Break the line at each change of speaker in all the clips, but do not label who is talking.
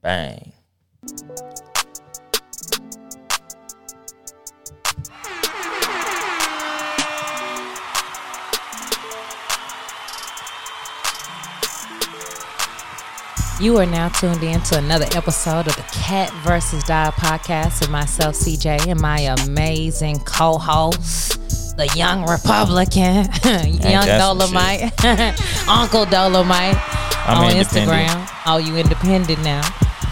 Bang.
You are now tuned in to another episode of the Cat versus Dog podcast with myself, CJ, and my amazing co host, the young Republican,
that's
young
some
Dolomite, Uncle Dolomite
I'm
on
independent.
Instagram. Oh, you independent now.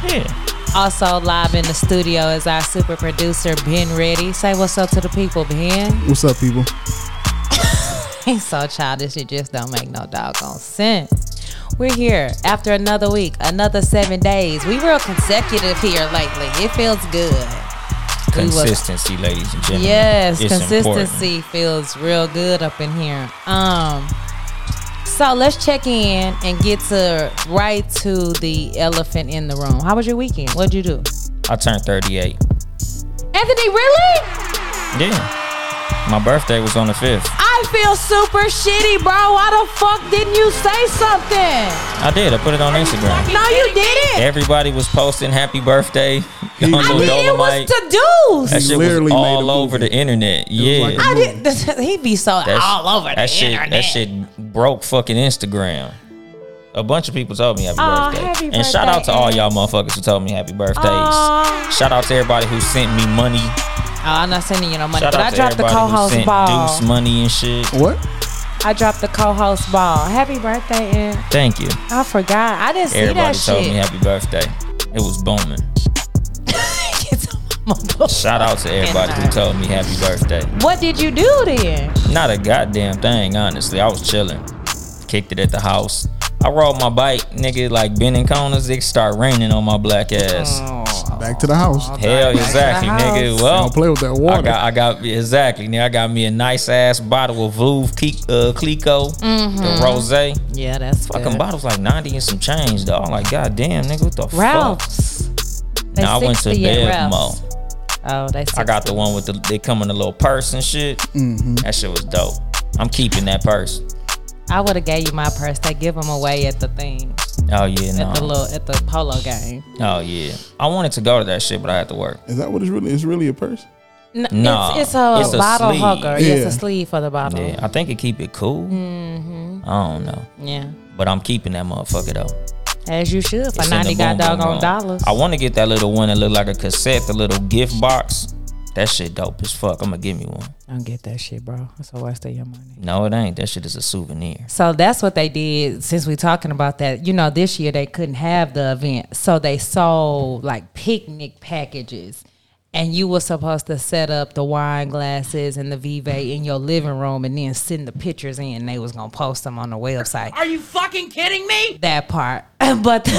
Yeah.
Also, live in the studio is our super producer, Ben Ready. Say what's up to the people, Ben.
What's up, people?
He's so childish, it just don't make no doggone sense. We're here after another week, another seven days. We real consecutive here lately. It feels good. We was-
Consistency, ladies and gentlemen.
Yes,
It's
consistency feels real good up in here. Um so let's check in and get to right to the elephant in the room. How was your weekend? What'd you do?
important. I turned 38.
Anthony, really?
Yeah. My birthday was on the 5th.
I feel super shitty, bro. Why the fuck didn't you say something?
I did. I put it on Instagram.
No, you didn't.
Everybody was posting happy birthday on
I
Lil
mean, it
Dolomite.
was to
that
do's.
shit
Literally
was
made a
all
movie.
over the internet. Yeah.
like a
I didn't. He'd be so
That sh-
all over the
that shit,
internet.
That shit broke fucking Instagram. A bunch of people told me happy
Aw,
birthday.
happy
and shout out to
birthday,
all
Ed.
y'all motherfuckers who told me happy birthdays.
Aw.
Shout out to everybody who sent me money.
Oh, I'm not sending you no money,
Shout
but
out
I
to
dropped the
everybody who
co-host
sent
ball.
Deuce money and shit.
What?
I dropped the co-host ball. Happy birthday, and
Thank you.
I forgot. I didn't
Everybody
see that
told me
shit.
happy birthday. It was booming.
It's on my bullshit.
Shout out to everybody who
Fucking
told me happy birthday.
What did you do then?
Not a goddamn thing, honestly. I was chilling. Kicked it at the house. I rode my bike, nigga, like Ben and Conas. It start raining on my
Oh,
black ass.
Back to the house.
Hell,
back to the
exactly,
house.
nigga. Well,
Don't play with that water.
Oh, I got, I got exactly. Now I got me a nice ass bottle of Vouv Cli- uh, Clico, the rose.
Mm-hmm. Yeah, that's
Fucking
good.
bottle's like ninety and some change, dog. I'm like, goddamn, nigga, what the fuck?
Ralph's. They
Nah, I went to
60 at
Bevmo.
Ralph's. Oh, they.
I got the one with the they come in a little purse and shit. That shit was dope. I'm keeping that purse.
I would have gave you my purse. They give them away at the thing,
Oh yeah,
at the
no.
little, at the polo game.
Oh yeah. I wanted to go to that shit, but I had to work.
Is that what it's really? It's really a purse?
No,
Nah,
it's, it's a
it's a
bottle
sleeve.
hugger. It's
Yeah.
a sleeve for the bottle.
Yeah,
Yeah.
I think it keep it cool.
Mm-hmm.
I don't know, but I'm keeping that motherfucker though.
as you should for
It's in
ninety
the boom,
got
boom,
doggone
boom.
dollars.
I want to get that little one that look like a cassette, the little gift box. That shit dope as fuck. I'ma give me one.
don't get that shit, bro. That's a waste of your money.
No, it ain't. That shit is a souvenir.
So that's what they did. Since we talking about that, you know, this year they couldn't have the event, so they sold like picnic packages, and you were supposed to set up the wine glasses and the vive in your living room, and then send the pictures in. They was gonna post them on the website. Are you fucking kidding me? That part, but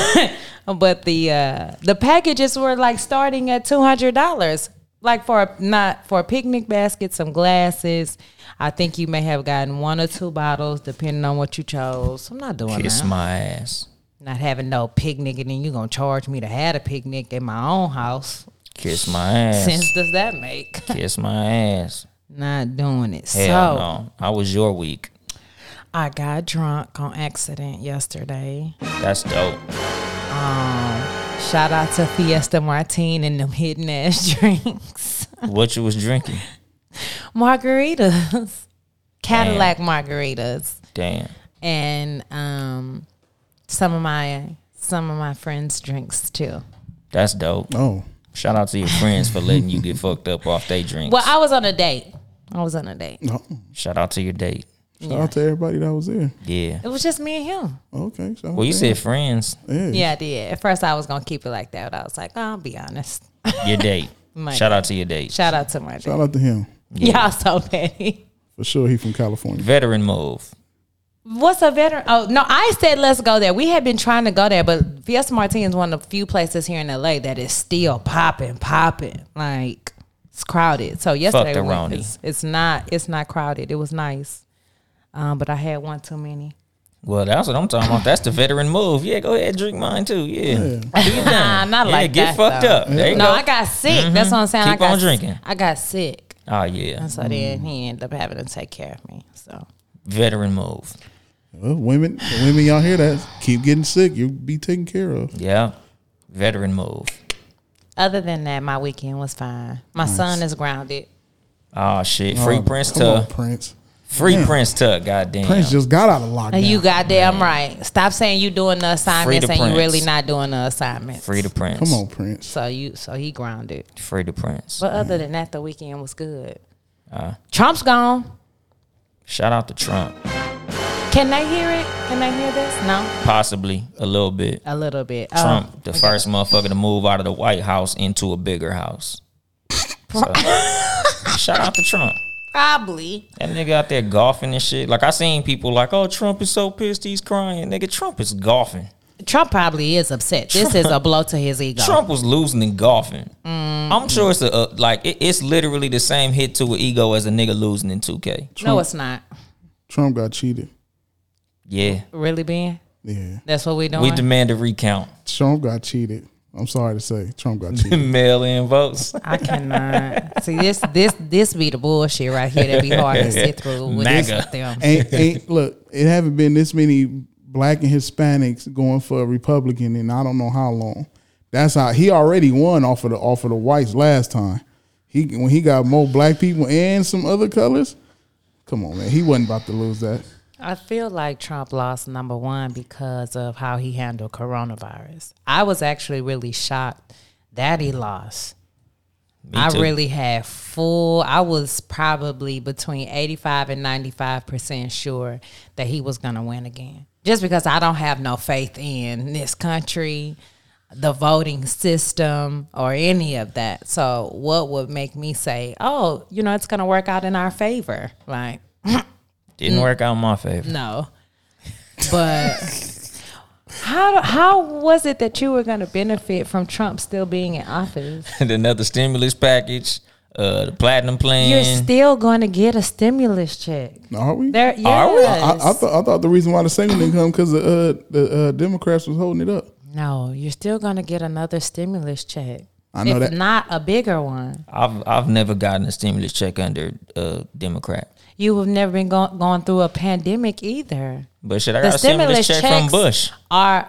but the uh, the packages were like starting at two hundred dollars. Like for a, not for a picnic basket, some glasses. I think you may have gotten one or two bottles, depending on what you chose. I'm not doing
Kiss
that.
my ass.
not having no picnic, and then you gonna charge me to have a picnic at my own house.
Kiss my ass.
Sense does that make?
Kiss my ass.
not doing it.
Hell
so
no. I was your week.
I got drunk on accident yesterday.
That's dope.
Shout out to Fiesta Martine and them hidden ass drinks.
What you was drinking?
margaritas, Cadillac margaritas,
Damn.
and um, some of my some of my friends' drinks too.
That's dope.
Oh,
Shout out to your friends for letting you get fucked up off they drinks.
Well, I was on a date. I was on a date.
no.
Shout out to your date.
Shout out to everybody that was there.
Yeah.
It was just me and him.
Okay. Shout
Well, you
out
said friends.
to- yeah.
Yeah, I did. At first, I was gonna keep it like that, but I was like, I'll be honest.
Your date.
My
Shout out to your date.
Shout out to my date.
Shout out to him
Y'all so petty.
for sure. He from California.
Veteran move.
What's a veteran? Oh no, I said let's go there. We had been trying to go there, but Fiesta Martini is one of the few places here in LA that is still popping, popping. Like it's crowded. So yesterday,
the
we went.
Roni.
It's, it's not, it's not crowded. It was nice, um, but I had one too many.
Well, that's what I'm talking about. That's the veteran move. Yeah, go ahead, drink mine too. Yeah, Do your thing.
Nah, not
yeah,
like
get
that,
fucked
though.
up. There you
no,
go.
I got sick. That's what I'm saying. I
Keep
got,
on drinking.
I got sick,
oh yeah,
and so then he ended up having to take care of me. So
veteran move.
Well, women, women, y'all hear that? Keep getting sick. You'll be taken care of.
Yeah, veteran move.
other than that, my weekend was fine. My son is grounded.
Oh shit, free
Oh,
Prince
come on,
Tuck.
Prince.
Free
Damn.
Prince Tuck. Goddamn.
Prince just got out of
Now
lockdown.
You goddamn right. Stop saying you doing the assignments
the
and you really
prince.
not doing the assignments.
free the Prince.
Come on, Prince.
So you so he grounded.
Free the Prince.
But other than that, the weekend was good.
Uh.
Trump's gone.
Shout out to Trump.
Can they hear it? Can they hear this? No,
Possibly a little bit.
a little bit. Oh,
Trump, the
okay.
first motherfucker to move out of the White House into a bigger house. So, shout out to Trump.
Probably.
That nigga out there golfing and shit. Like I seen people like, oh, Trump is so pissed he's crying. Nigga, Trump is golfing.
Trump probably is upset. This is a blow to his ego.
Trump was losing in golfing.
Mm.
I'm sure it's a, a like it, it's literally the same hit to an ego as a nigga losing in 2K.
No, it's not.
Trump got cheated.
Yeah,
Really, Ben?
Yeah,
That's what we doing?
we demand a recount.
Trump got cheated. I'm sorry to say, Trump got cheated.
Mail in votes.
I cannot. See, this this this be the bullshit right here that be hard to sit through with this
MAGA.
with them.
ain't, ain't look, it haven't been this many black and Hispanics going for a Republican in I don't know how long. That's how he already won off of the off of the whites last time. He when he got more black people and some other colors. Come on, man, he wasn't about to lose that.
I feel like Trump lost number one because of how he handled coronavirus. I was actually really shocked that he lost.
Me
I
too.
really had full, I was probably between 85 and 95% sure that he was going to win again. Just because I don't have no faith in this country, the voting system, or any of that. So, what would make me say, oh, you know, it's going to work out in our favor? Like,
didn't
Mm.
work out in my favor.
no. But how how was it that you were going to benefit from Trump still being in office?
Another stimulus package, uh, the platinum plan.
You're still going to get a stimulus check.
Are we?
There, yes.
Are we?
I, I thought I thought the reason why the single didn't come because the uh, the uh, Democrats was holding it up.
no, you're still going to get another stimulus check.
I know
if
that.
not a bigger one.
I've I've never gotten a stimulus check under a Democrat.
You have never been go- going through a pandemic either.
But shit, I
The
got a stimulus
stimulus
check from
checks-
Bush.
Are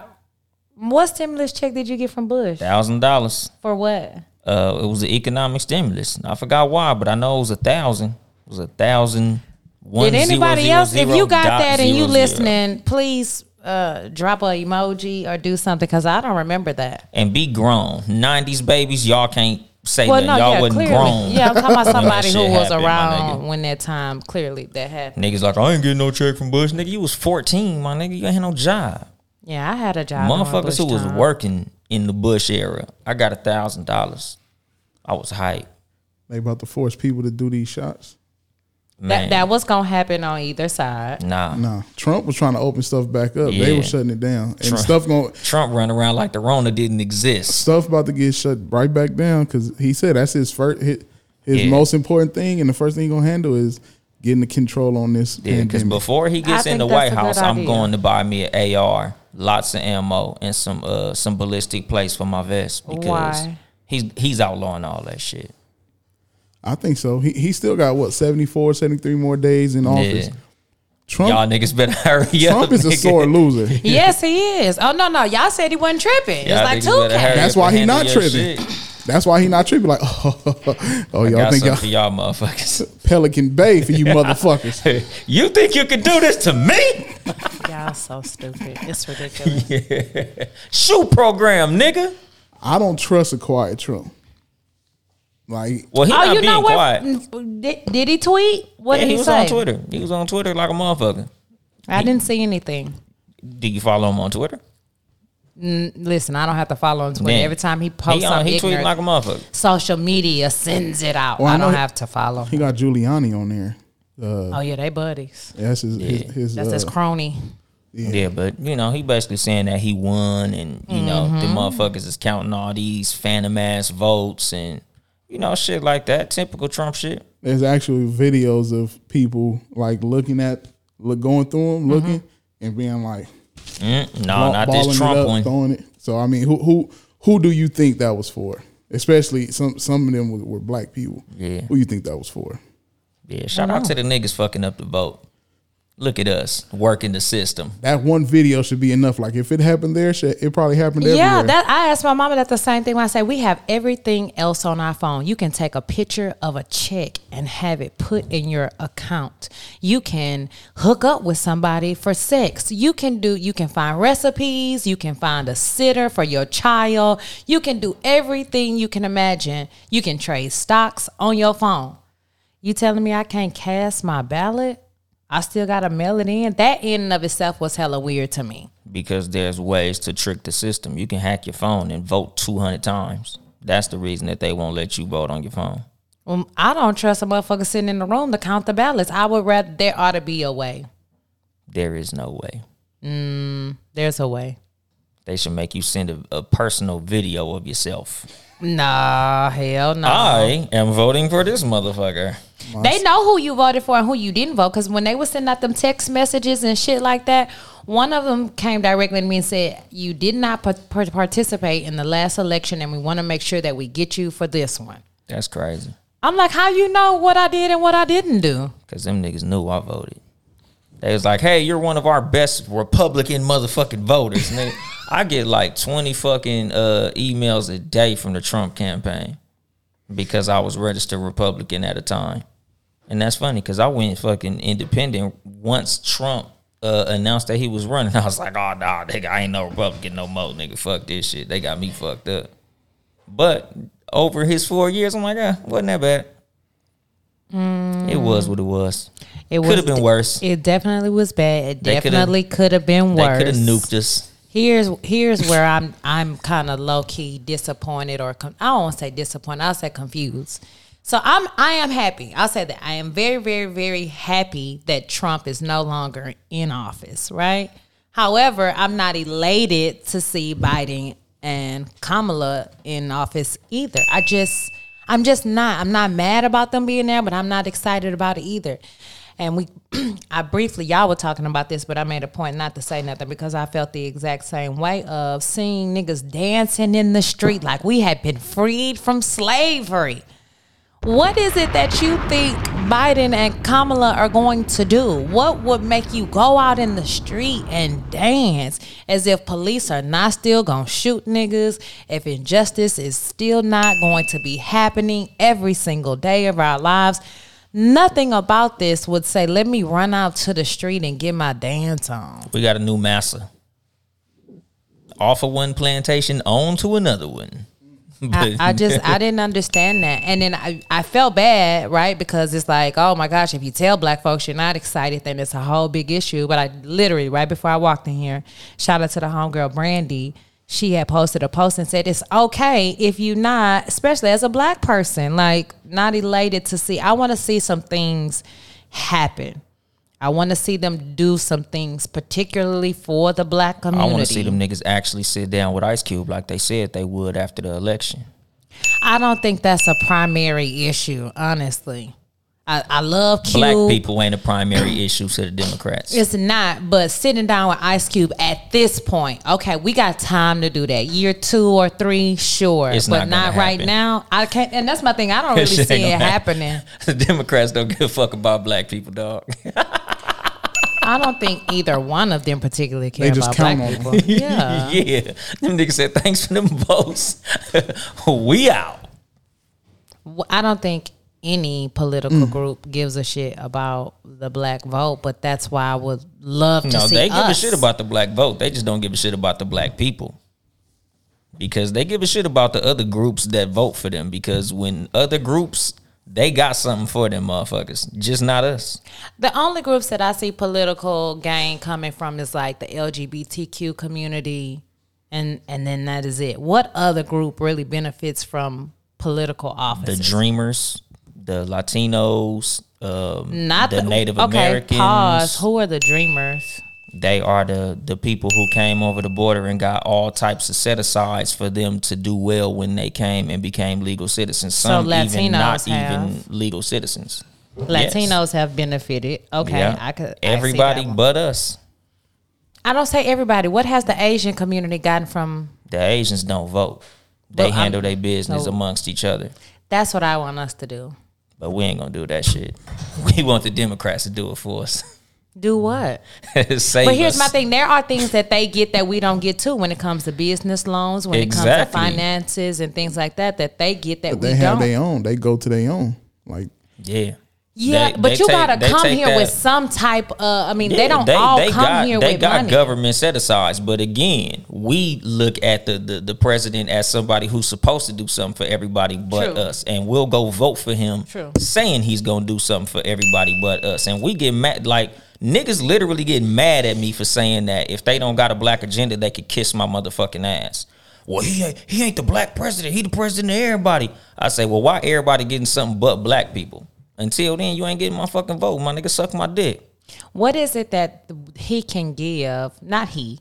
what stimulus check did you get from Bush
Thousand dollars.
for what?
Uh it was an economic stimulus. I forgot why, but I know it was a thousand. It was a thousand one.
Did anybody
zero,
else?
zero,
if you got
dot
that and
zero,
you
zero.
listening, please uh, drop a emoji or do something because I don't remember that.
and be grown. Nineties babies, y'all can't say
Well,
that
no,
y'all
yeah,
wasn't
clearly,
grown.
yeah, I'm talking about
that
somebody who
shit
was
happened, my
around when that time clearly that happened.
Niggas like, I ain't getting no check from Bush. Nigga, you was 14, my nigga. You ain't had no job.
Yeah, I had a job. during
Motherfuckers who
Bush
was
time.
working in the Bush era. I got a thousand dollars. I was hype.
They about to force people to do these shots.
Man.
That, that was gonna happen on either side.
nah.
Nah, Trump was trying to open stuff back up. They
Yeah.
were shutting it down, and
Trump-
stuff going
Trump run around like the Rona didn't exist.
stuff about to get shut right back down because he said that's his first his, his
Yeah.
most important thing and the first thing he gonna handle is getting the control on this
Yeah, because
pandemic.
before he gets in
think
the
that's a
White
good
House, I'm
idea.
going to buy me an AR, lots of ammo, and some uh some ballistic plates for my vest because
Why?
he's he's outlawing all that shit.
I think so. He he still got what 74, 73 more days in office.
Yeah.
Trump
Y'all niggas better hurry up.
Trump is a
nigga.
sore loser.
yes, he is. Oh no, no, y'all said he wasn't tripping.
Y'all
it's like
niggas
two
better hurry
K.
That's
up
why
and
he
handle
not
your
tripping.
shit.
That's why he not tripping. Like oh, oh y'all
Got
think y'all
something for y'all motherfuckers.
Pelican Bay for you motherfuckers.
you think you can do this to me?
Y'all so stupid. It's ridiculous.
Shoot program, nigga.
I don't trust a quiet Trump. Like
Well, he
oh,
not
you know
being
what?
quiet.
Did, did he tweet?
Yeah,
What did
he
he,
was
say?
on Twitter. He was on Twitter like a motherfucker.
I didn't see anything.
Do you follow him on Twitter?
Listen, I don't have to follow him Twitter.
Yeah.
Every time he posts
He, on,
something,
he tweeted
ignorant,
like a motherfucker.
social media sends it out.
Well, I
I
know
don't
he-
have to follow.
he got Giuliani on there.
oh yeah, they buddies.
That's his his, his,
That's his
uh,
crony.
Yeah. but you know, he basically saying that he won, and you know, the
Mm-hmm.
motherfuckers is counting all these phantom ass votes, and you know, shit like that. Typical Trump shit.
there's actually videos of people like looking at look going through them, looking and being like
Mm, no, Mm-hmm.
ball-
not
balling
this
it
Trump
up,
one.
throwing it. So I mean, who who who do you think that was for? Especially some some of them were, were black people.
Yeah.
Who you think that was for?
Yeah, shout out to the niggas fucking up the vote. Look at us working the system.
That one video should be enough. Like if it happened there, shit, it probably happened
Yeah,
everywhere.
that I asked my mama that the same thing. When I say we have everything else on our phone, you can take a picture of a check and have it put in your account. You can hook up with somebody for sex. You can do. You can find recipes. You can find a sitter for your child. You can do everything you can imagine. You can trade stocks on your phone. You telling me I can't cast my ballot? I still gotta mail it in. That in and of itself was hella weird to me.
because there's ways to trick the system. You can hack your phone and vote 200 times. That's the reason that they won't let you vote on your phone.
Well, Um, I don't trust a motherfucker sitting in the room to count the ballots. I would rather there ought to be a way.
There is no way.
There's a way.
They should make you send a, a personal video of yourself.
Nah, hell no.
I am voting for this motherfucker.
They know who you voted for and who you didn't vote because when they were sending out them text messages and shit like that, one of them came directly to me and said, "You did not par- par- participate in the last election, and we want to make sure that we get you for this one."
That's crazy.
I'm like, "How you know what I did and what I didn't do?"
Because them niggas knew I voted. They was like, hey, you're one of our best Republican motherfucking voters. nigga. I get like 20 fucking uh, emails a day from the Trump campaign because I was registered Republican at a time. And that's funny because I went fucking independent once Trump uh, announced that he was running. I was like, oh, nah, nigga, I ain't no Republican no more, nigga. Fuck this shit. They got me fucked up. But over his four years, I'm like, ah, wasn't that bad. It was what it was.
It
Could have been worse.
It definitely was bad. It
They coulda-
definitely could have been
They
worse.
could have nuked us.
Here's here's where I'm I'm kind of low key disappointed or con- I don't wanna say disappointed. I'll say confused. So I'm I am happy. I'll say that I am very very very happy that Trump is no longer in office. Right. However, I'm not elated to see Biden and Kamala in office either. I just I'm just not. I'm not mad about them being there, but I'm not excited about it either. And we, I briefly, y'all were talking about this, but I made a point not to say nothing because I felt the exact same way of seeing niggas dancing in the street like we had been freed from slavery. What is it that you think Biden and Kamala are going to do? What would make you go out in the street and dance as if police are not still going to shoot niggas, if injustice is still not going to be happening every single day of our lives? Nothing about this would say, let me run out to the street and get my dance on.
We got a new massa. Off of one plantation, on to another one.
I,
But-
I just I didn't understand that, and then I, I felt bad, right? Because it's like, oh my gosh, if you tell black folks you're not excited, then it's a whole big issue. But I literally right before I walked in here, shout out to the homegirl Brandy. She had posted a post and said it's okay if you not, especially as a black person, like not elated to see. I want to see some things happen. I want to see them do some things, particularly for the black
I
community.
want to see them niggas actually sit down with Ice Cube like they said they would after the election.
I don't think that's a primary issue, honestly. I, I love Cube.
Black people ain't a primary issue to the Democrats.
It's not, but sitting down with Ice Cube at this point, okay, we got time to do that. Year two or three, sure,
It's
but
not gonna
not right
happen.
now. I can't, and that's my thing. I don't really
That shit
see
ain't
it
gonna happen.
happening.
the Democrats don't give a fuck about black people, dog.
I don't think either one of them particularly care
They just
about black
count
people.
on them.
Yeah.
yeah. Them niggas said, thanks for them votes. we out.
Well, I don't think any political
Mm.
group gives a shit about the black vote, but that's why I would love to
No,
see
they give a
us.
shit about the black vote. They just don't give a shit about the black people. Because they give a shit about the other groups that vote for them. Because when other groups, they got something for them motherfuckers. Just not us.
The only groups that I see political gain coming from is like the LGBTQ community, and and then that is it. What other group really benefits from political
The
office?
dreamers, the Latinos, um,
Not
the, Native Americans.
Pause. Who are the dreamers?
They are the the people who came over the border and got all types of set asides for them to do well when they came and became legal citizens. Some even not
Latinos have-
even legal citizens. Yes.
Latinos have benefited. Okay,
Yeah.
I could. I see that
Everybody
one.
but us.
I don't say everybody. What has the Asian community gotten from?
The Asians don't vote. They
Well, I'm-
handle their business
so-
amongst each other.
That's what I want us to do.
But we ain't gonna do that shit. We want the Democrats to do it for us.
Do what?
Save
But here's
us.
my thing: there are things that they get that we don't get too when it comes to business loans, when it comes to
Exactly.
finances and things like that that they get that
They
we
have
don't.
their own. They go to their own. Like
Yeah.
yeah,
They-
but
they
you
take-
gotta
they
come
take
here
that-
with some type of. I mean,
Yeah,
they don't all come
got,
here
they
with
got
money.
government set asides, but again, we look at the, the the president as somebody who's supposed to do something for everybody but
True.
us, and we'll go vote for him,
True.
saying he's gonna do something for everybody but us, and we get mad like niggas literally get mad at me for saying that if they don't got a black agenda, they could kiss my motherfucking ass. Well, he ain't, he ain't the black president. He the president of everybody. I say, well, why everybody getting something but black people? Until then, you ain't getting my fucking vote. My nigga, suck my dick.
What is it that he can give? Not he.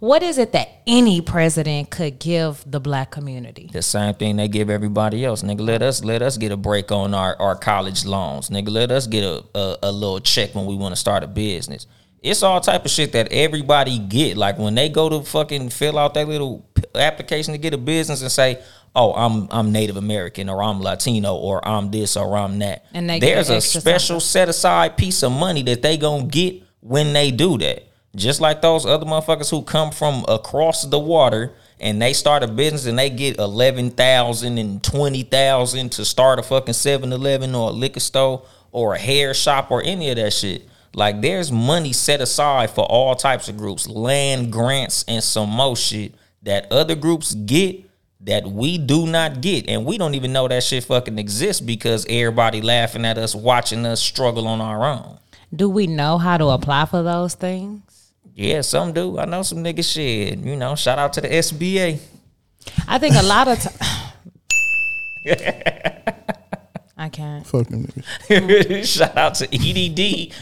What is it that any president could give the black community?
The same thing they give everybody else, nigga. Let us let us get a break on our, our college loans, nigga. Let us get a, a, a little check when we want to start a business. It's all type of shit that everybody get. Like when they go to fucking fill out their little p- application to get a business and say, "Oh, I'm I'm Native American or I'm Latino or I'm this or I'm that."
And they get
there's
an
a
extra
special set aside piece of money that they gonna get when they do that. Just like those other motherfuckers who come from across the water and they start a business and they get eleven thousand and twenty thousand to start a fucking 7-Eleven or a liquor store or a hair shop or any of that shit. Like there's money set aside for all types of groups, land grants and some more shit that other groups get that we do not get and we don't even know that shit fucking exists because everybody laughing at us watching us struggle on our own
Do we know how to apply for those things?
yeah some do i know some nigga shit you know shout out to the sba
I think a lot of times. I can't.
fuck them niggas.
shout out to edd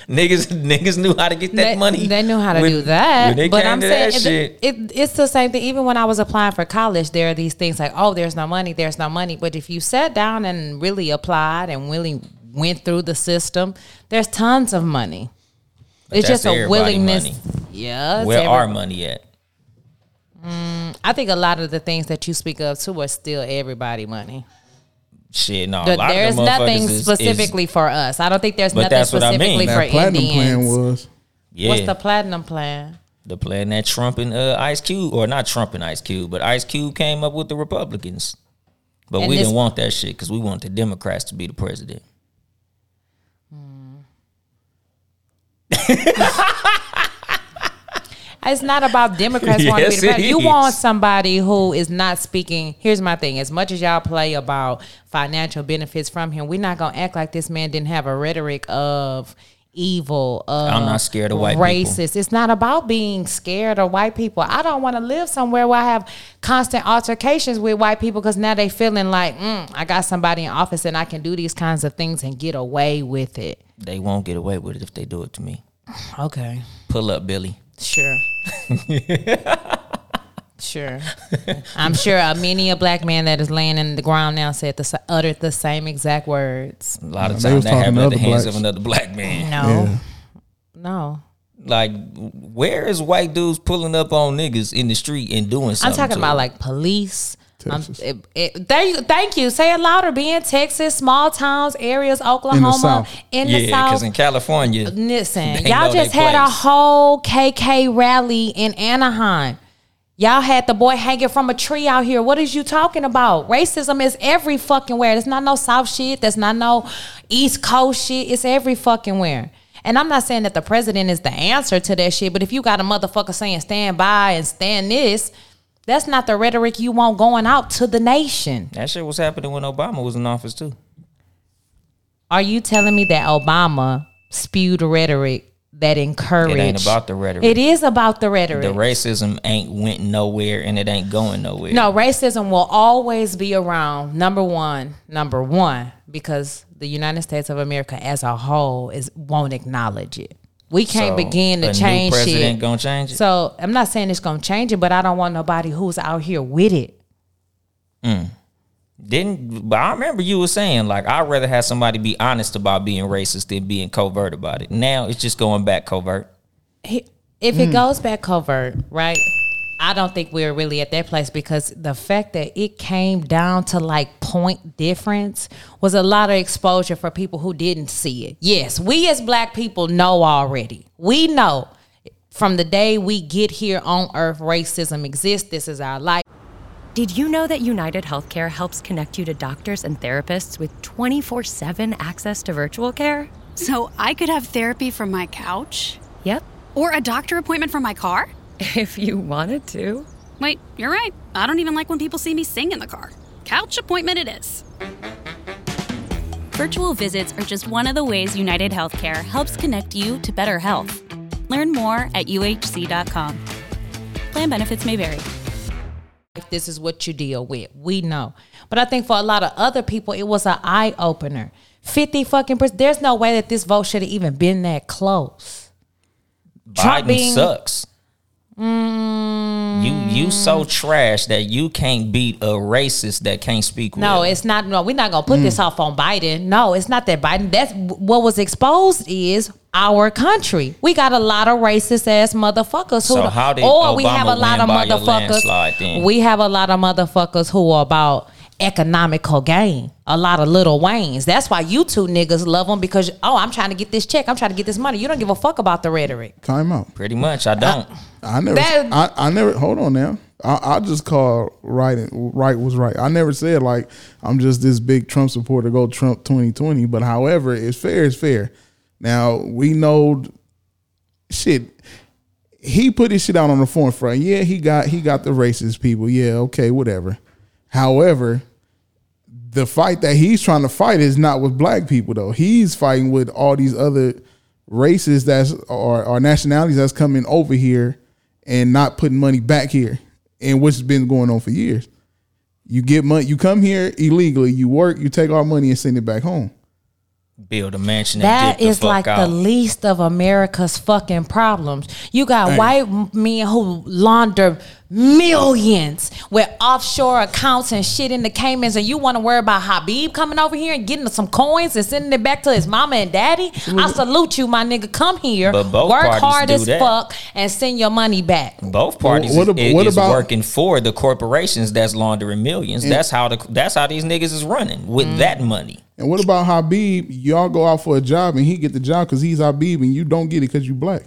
niggas niggas knew how to get that
they,
money
They knew how to
when-
do that.
when they
but
came
I'm
to
saying
that
it-
shit.
It, it's the same thing. Even when I was applying for college, there are these things like, oh, there's no money, there's no money. But if you sat down and really applied and really went through the system, there's tons of money.
But
it's
that's
just a
everybody
willingness.
money.
Yeah. it's
where
every-
our money at
I think a lot of the things that you speak of too are still everybody money.
shit no a
But
lot of
there's
them motherfuckers
nothing
is- is-
specifically for us. I don't think there's
But
nothing
that's what I mean.
specifically
That
for
That platinum plan
Indians.
was
yeah
What's the platinum plan?
the plan that Trump and uh, Ice Cube, or not Trump and Ice Cube, but Ice Cube came up with the Republicans. But
And
we
this-
didn't want that shit because we want the Democrats to be the president.
It's not about Democrats wanting to be
Yes,
the
it
president. You
is.
want somebody who is not speaking. Here's my thing: as much as y'all play about financial benefits from him, we're not gonna act like this man didn't have a rhetoric of evil. Of
I'm not scared of white people.
Uh, racist. It's not about being scared of white people. I don't want to live somewhere where I have constant altercations with white people because now they feeling like mm, I got somebody in office and I can do these kinds of things and get away with it.
They won't get away with it if they do it to me.
Okay.
Pull up, Billy.
Sure. sure. I'm sure uh, many a black man that is laying in the ground now said the s- uttered the same exact words.
A lot of
They was
times that
talking
happened
to
at the
other
hands
blacks.
of another black man.
No.
Yeah.
No.
Like, where is white dudes pulling up on niggas in the street and doing
I'm
something?
talking
to
about
them?
like police. Um,
Texas.
it, it, there you, thank you. Say it louder. Be in Texas, small towns, areas, Oklahoma,
South.
in the
yeah, because
South. uh,
in California,
Listen,
They
y'all
know they
just had a
place.
whole KK rally in Anaheim. Y'all had the boy hanging from a tree out here. What is you talking about? Racism is every fucking where. There's not no South shit. There's not no East Coast shit. It's every fucking where. And I'm not saying that the president is the answer to that shit, but if you got a motherfucker saying stand by and stand this, that's not the rhetoric you want going out to the nation.
that shit was happening when Obama was in office too.
Are you telling me that Obama spewed rhetoric that encouraged?
It ain't about the rhetoric.
It is about the rhetoric.
the racism ain't went nowhere and it ain't going nowhere.
no, racism will always be around. Number one, number one. because the United States of America as a whole is won't acknowledge it. We can't
So,
begin to
a new
change
president
shit.
gonna change it?
So I'm not saying it's gonna change it, but I don't want nobody who's out here with it.
Didn't but I remember you were saying like I'd rather have somebody be honest about being racist than being covert about it. Now it's just going back covert.
He- If it goes back covert, right? I don't think we're really at that place because the fact that it came down to like point difference was a lot of exposure for people who didn't see it. Yes, we as black people know already. We know from the day we get here on earth, racism exists. This is our life.
Did you know that United Healthcare helps connect you to doctors and therapists with 24 7 access to virtual care?
So I could have therapy from my couch
Yep,
or a doctor appointment from my car?
if you wanted to.
Wait, you're right. I don't even like when people see me sing in the car. Couch appointment it is.
Virtual visits are just one of the ways United Healthcare helps connect you to better health. Learn more at uhc.com. Plan benefits may vary.
If this is what you deal with, we know. But I think for a lot of other people, it was an eye opener. 50 fucking percent. There's no way that this vote should have even been that close. Trump
Biden
being- Mm.
sucks. You you so trash that you can't beat a racist that can't speak.
No,
well. Mm.
it's not. No, we're not gonna put this off on Biden. No, it's not that Biden. That's what was exposed is our country. We got a lot of racist ass motherfuckers who,
So how did
or we
Obama
have a lot
win
of
by a landslide
motherfuckers.
then?
We have a lot of motherfuckers who are about economical gain. A lot of little Waynes. That's why you two niggas love them because oh, I'm trying to get this check. I'm trying to get this money. You don't give a fuck about the rhetoric.
Time out.
pretty much.
uh,
I don't.
I never.
That-
I, I never. Hold on now. I, I just called right. and- Right was right. I never said like I'm just this big Trump supporter. Go Trump 2020. But however, it's fair. It's fair. Now we know. Shit. He put his shit out on the forefront. Yeah, he got he got the racist people. Yeah, okay, whatever. However, the fight that he's trying to fight is not with black people though. He's fighting with all these other races that's or, or nationalities that's coming over here and not putting money back here, and which has been going on for years. You get money, you come here illegally, you work, you take our money and send it back home.
Build a mansion.
That
and get
is
the fuck
like
out.
the least of America's fucking problems. You got
Hey.
white m- men who launder millions with offshore accounts and shit in the Caymans, and you want to worry about Habib coming over here and getting some coins and sending it back to his mama and daddy? I salute you, my nigga. Come here,
But both
work
parties
hard
do
as
that.
fuck, and send your money back.
Both parties
What ab-
is,
what
is
about-
working for the corporations that's laundering millions. that's how the that's how these niggas is running with
Mm.
that money.
And what about Habib? Y'all go out for a job and he get the job because he's Habib and you don't get it because you black.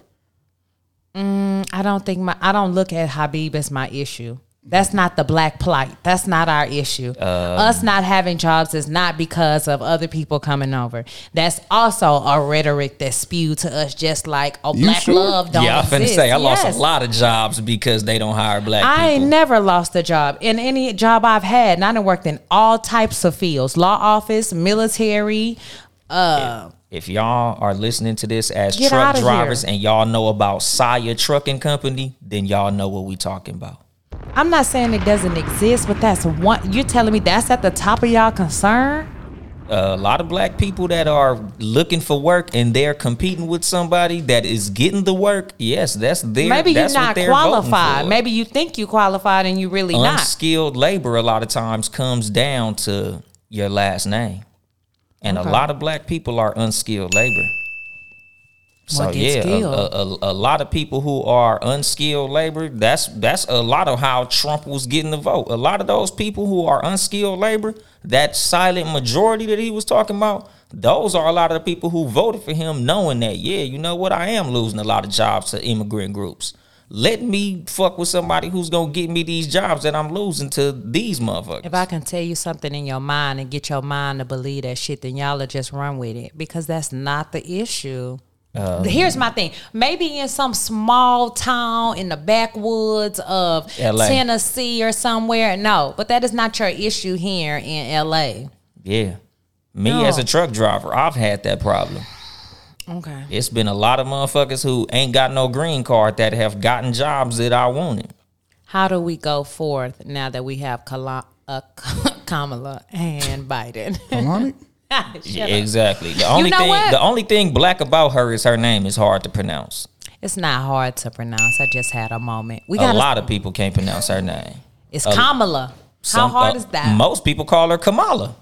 I don't think my I don't look at Habib as my issue. That's not the black plight. That's not our issue.
Uh,
Us not having jobs is not because of other people coming over. That's also a rhetoric that's spewed to us, just like oh,
You
black
sure?
love don't
yeah, I'm
exist.
finna say I lost
Yes.
a lot of jobs because they don't hire black
I ain't
people.
never lost a job in any job I've had, and I done worked in all types of fields: law office, military.
if y'all are listening to this as
Get
truck
outta
drivers
here.
and y'all know about Saya Trucking Company, then y'all know what we talking about.
I'm not saying it doesn't exist, but that's one. You're telling me that's at the top of y'all concern?
a lot of black people that are looking for work and they're competing with somebody that is getting the work. Yes, that's their.
Maybe you're
that's what
not
they're voting
qualified.
for.
Maybe you think you qualified and you really not.
unskilled labor a lot of times comes down to your last name, and a lot of black people are unskilled labor. So
Well, get
yeah, a,
skilled.
a, a, a lot of people who are unskilled labor. That's that's a lot of how Trump was getting the vote. A lot of those people who are unskilled labor, that silent majority that he was talking about, those are a lot of the people who voted for him, knowing that yeah, you know what, I am losing a lot of jobs to immigrant groups. Let me fuck with somebody who's gonna get me these jobs that I'm losing to these motherfuckers.
If I can tell you something in your mind and get your mind to believe that shit, then y'all will just run with it because that's not the issue.
Um,
Here's my thing. Maybe in some small town in the backwoods of
LA.
Tennessee or somewhere. No, but that is not your issue here in LA.
yeah, me as a truck driver, I've had that problem.
Okay.
It's been a lot of motherfuckers who ain't got no green card that have gotten jobs that I wanted.
How do we go forth now that we have Kala- uh, Kamala and Biden?
Kalani?
Yeah, exactly. The only
know
thing
what?
the only thing black about her is her name is hard to pronounce.
It's not hard to pronounce. I just had a moment. We
A
got
lot of people can't pronounce her name.
It's Kamala. How
Some-
hard
uh,
is that?
Most people call her Kamala.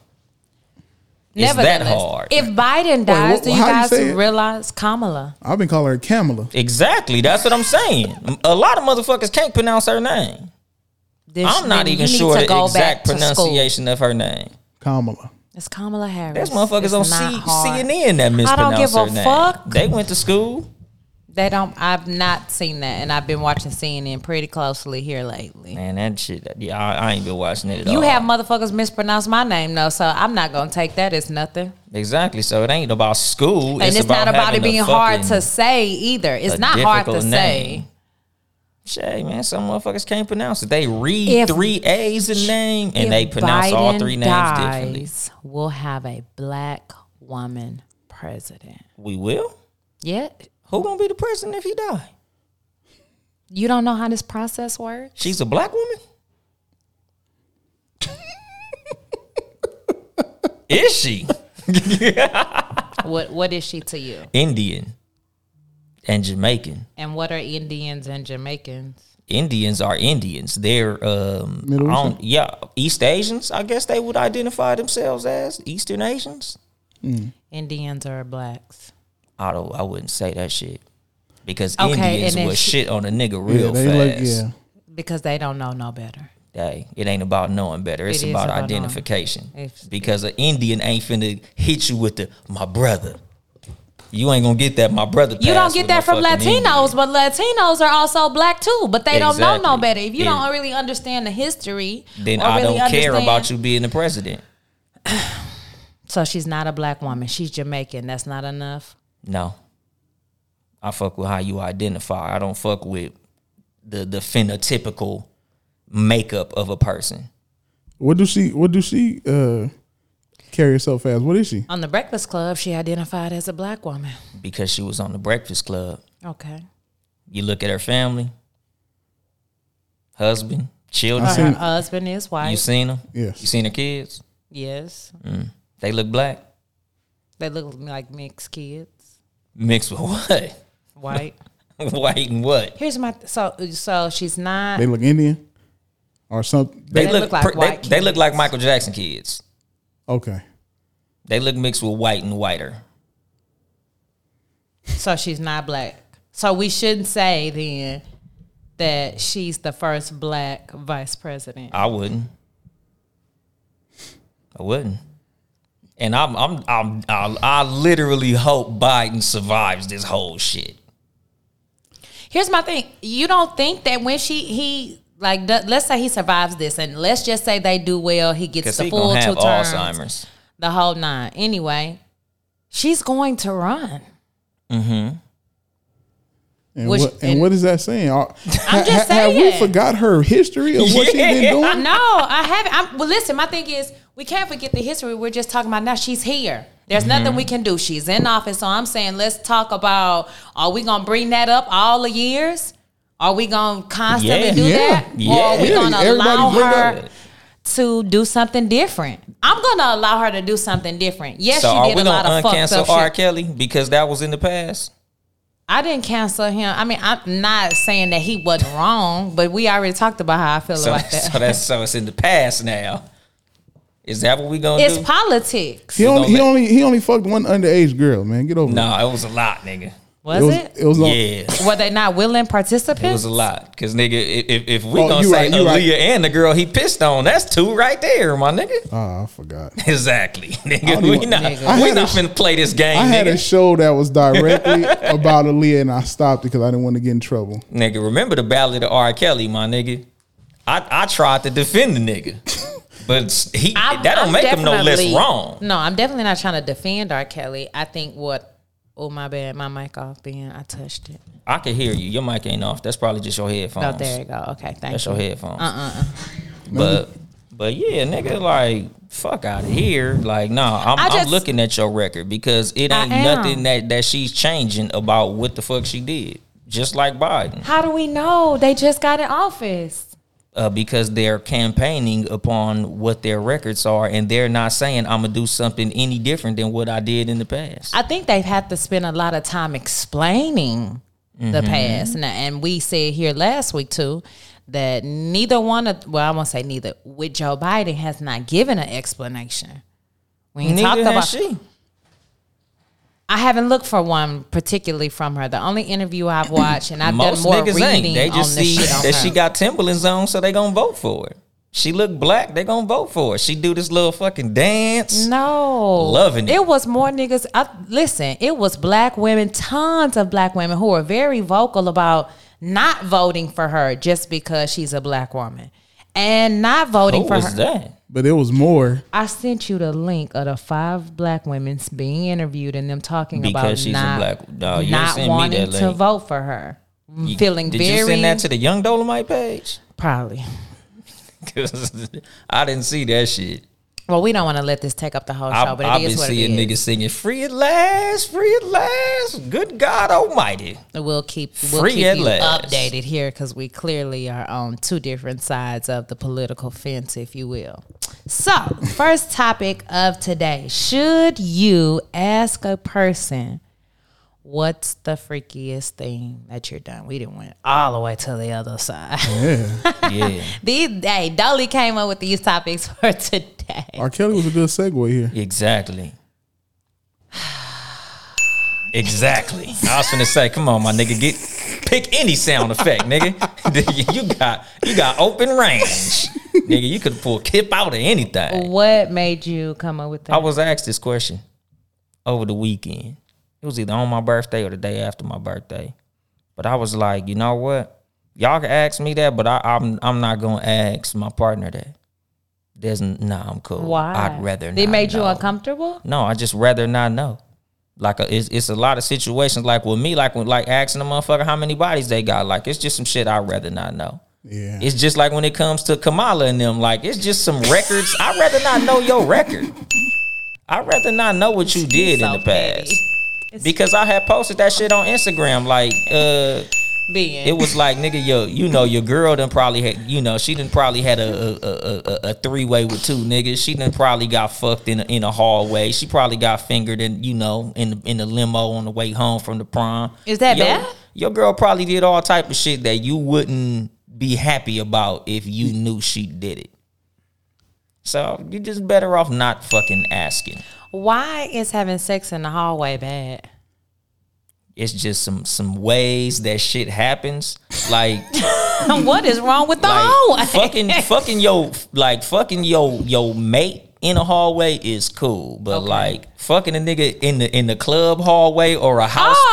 It's that
Nevertheless,
hard.
If Biden dies,
wh-
do you
how you
guys
say it?
realize Kamala?
I've been calling her Kamala.
exactly. That's what I'm saying. A lot of motherfuckers can't pronounce her name.
This-
I'm not
then
even
you need
sure
to
the
go
exact
back to school.
pronunciation of her name.
Kamala.
It's Kamala Harris.
There's motherfuckers
It's
on
not
C-
hard.
CNN that mispronounce
I don't give
her
a
name.
fuck.
They went to school.
They don't. I've not seen that, and I've been watching CNN pretty closely here lately.
Man, that shit. Yeah, I, I ain't been watching it at
You
all.
have motherfuckers mispronounce my name though, so I'm not gonna take that as nothing.
exactly. So it ain't about school.
and it's not about
having
it
a
being hard
fucking-
to say either. It's
a
not hard to
difficult
say.
name. Shay, man, some motherfuckers can't pronounce it. They read
If-
three A's in name and they
If
pronounce all
Biden
three names differently.
dies, We'll have a black woman president.
We will.
Yeah,
Who gonna be the president if he die?
you don't know how this process works.
She's a black woman. is she
What What is she to you?
Indian and Jamaican?
And what are Indians and Jamaicans?
Indians are Indians. They're um,
Middle
I don't- yeah, East Asians. I guess they would identify themselves as Eastern Asians.
Indians are blacks.
I don't. I wouldn't say that shit because
Okay,
Indians
and then
was
she-
shit on a nigga real
they
fast.
look yeah.
Because they don't know no better.
Hey, it ain't about knowing better. It's
It is
about,
about
identification.
knowing. If-
because an Indian ain't finna hit you with the my brother. You ain't gonna get that, my brother.
You
pass
don't
with
get
no
that from
fucking Indian.
Latinos, but Latinos are also black too. But they don't know no
Exactly.
better. If you
Yeah.
don't really understand the history,
Then
or
I
really
don't care
understand-
about you being the president.
So she's not a black woman. She's Jamaican. That's not enough.
No, I fuck with how you identify. I don't fuck with the the phenotypical makeup of a person.
What do she what do she uh carry herself as? What is she?
On the Breakfast Club, she identified as a black woman.
Because she was on the Breakfast Club,
Okay.
you look at her family, husband, children.
I
Her uh,
seen-
husband is white.
You seen them?
Yes.
You seen her kids?
yes.
They look black.
They look like mixed kids.
Mixed with what?
White.
White and what?
Here's my so so she's not
They look Indian? Or something.
They look like
per-
white
they, they look
kids.
like Michael Jackson kids.
okay.
They look mixed with white and whiter.
so she's not black. So we shouldn't say then that she's the first black vice president.
I wouldn't. I wouldn't. And I'm I'm I'm I, I literally hope Biden survives this whole shit.
Here's my thing. You don't think that when she he like d- let's say he survives this and let's just say they do well, he gets
Because
the
he
full
gonna
two
have
terms.
Alzheimer's.
the whole nine. Anyway, she's going to run.
And
Which-
what and,
and-
what is that saying? Are- ha-
just
ha- Have we
saying.
forgot her history of what she's
Yeah.
been doing?
No, I haven't. I'm, well, listen, my thing is we can't forget the history. We're just talking about now. She's here. There's
Mm-hmm.
nothing we can do. She's in office. So I'm saying let's talk about are we going to bring that up all the years? Are we going to constantly
Yeah.
do
Yeah.
that? Or are we
Yeah.
going to
Everybody
allow
bring
her
up-
to do something different? I'm going to allow her to do something different. Yes,
so
she
are
did
we
a lot
gonna
of fucked
uncancel
up
R.
shit.
Kelly because that was in the past?
I didn't cancel him. I mean, I'm not saying that he wasn't wrong, but we already talked about how I feel
So,
about that.
so that's so it's in the past now. Is that what we gonna
it's
do?
politics.
He only he
let-
only he only fucked one underage girl, man. Get over
nah, it was a lot, nigga.
it.
Was
was
it?
it was on
Yeah.
Were they not willing participants?
It was a lot, cause nigga, i- if, if we
Oh,
gonna
you
say
right, you right.
Aaliyah and the girl he pissed on, that's two right there, my nigga.
Ah, I forgot.
Exactly, nigga.
don't
We
even-
not
I
we
had
not
a-
finna play this game,
I had a
nigga.
show that was directly about Aaliyah, and I stopped because I didn't want to get in trouble.
nigga, remember the ballad of R. Kelly, my nigga. I, I tried to defend the nigga, but he
I'm-
that don't
I'm
make him no less
definitely-
wrong.
No, I'm definitely not trying to defend R. Kelly. I think what. Oh my bad, my mic off. Being I touched it.
I can hear you. Your mic ain't off. That's probably just your
Oh,
headphones.
there you go. Okay, thank
That's
you.
your headphones. Uh uh But but yeah, nigga, like fuck out of here. Like nah, I'm,
I
I'm
just-
looking at your record because it
I
ain't
am.
nothing that that she's changing about what the fuck she did. Just like Biden.
How do we know they just got in office?
uh, because they're campaigning upon what their records are, and they're not saying I'm gonna do something any different than what I did in the past.
I think they've had to spend a lot of time explaining
Mm-hmm.
the past. And, and we said here last week too that neither one of well, I won't say neither with Joe Biden has not given an explanation. We ain't talked
Neither
about
has she.
I haven't looked for one particularly from her. The only interview I've watched and I've
Most
done more
niggas
reading
ain't. They just
on
see
this shit on
that
her.
she got Timberlands on, so they gonna vote for it. She look black, they gonna vote for it. She do this little fucking dance.
No,
Loving it.
It was more niggas. I, listen, it was black women, tons of black women who are very vocal about not voting for her just because she's a black woman, and not voting
Who
for
was
her.
that?
But it was more.
I sent you the link of the five black women being interviewed and them talking
Because
about
she's a
not,
black- no, you ain't
not
send me
wanting
that
to
link.
vote for her,
You-
feeling
Did
very
you send that to the Young Dolomite page?
probably.
'Cause I didn't see that shit.
Well, we don't want to let this take up the whole show,
I,
but it is
I've been
what it
seeing
is.
niggas singing "Free at last, free at last." Good God Almighty!
We'll keep we'll
Free
keep
at
you
last.
updated here because we clearly are on two different sides of the political fence, if you will. So, first topic of today: Should you ask a person what's the freakiest thing that you're done? We didn't went all the way to the other side.
Yeah,
These hey, Dolly came up with these topics for today.
R. Kelly was a good segue here.
exactly. Exactly. I was gonna say, come on, my nigga, get pick any sound effect, nigga. Nigga, you got you got open range, nigga. You could pull Kip out of anything.
What made you come up with that?
I was asked this question over the weekend. It was either on my birthday or the day after my birthday. But I was like, you know what? Y'all can ask me that, but I, I'm I'm not gonna ask my partner that. There's n- nah, I'm cool.
Why?
I'd rather.
They
not
made you
know.
uncomfortable.
No, I just rather not know. Like a, it's, it's a lot of situations. Like with me, like when like asking a motherfucker how many bodies they got. Like it's just some shit I'd rather not know.
Yeah.
It's just like when it comes to Kamala and them, like it's just some records. I'd rather not know your record. I'd rather not know what you did in
So
the
petty.
past. Because I had posted that shit on Instagram. Like, uh,
Being
it was like, nigga, yo, you know, your girl done probably had, you know, she done probably had a a, a, a, a three way with two niggas. She done probably got fucked in a, in a hallway. She probably got fingered in, you know, in the, in the limo on the way home from the prom.
Is that
Your-
bad?
Your girl probably did all type of shit that you wouldn't be happy about if you knew she did it. So you just better off not fucking asking.
Why is having sex in the hallway bad?
It's just some some ways that shit happens. Like
what is wrong with the hallway?
like, fucking fucking your like fucking your your mate in a hallway is cool, but like fucking a nigga in the in the club hallway or a house
Oh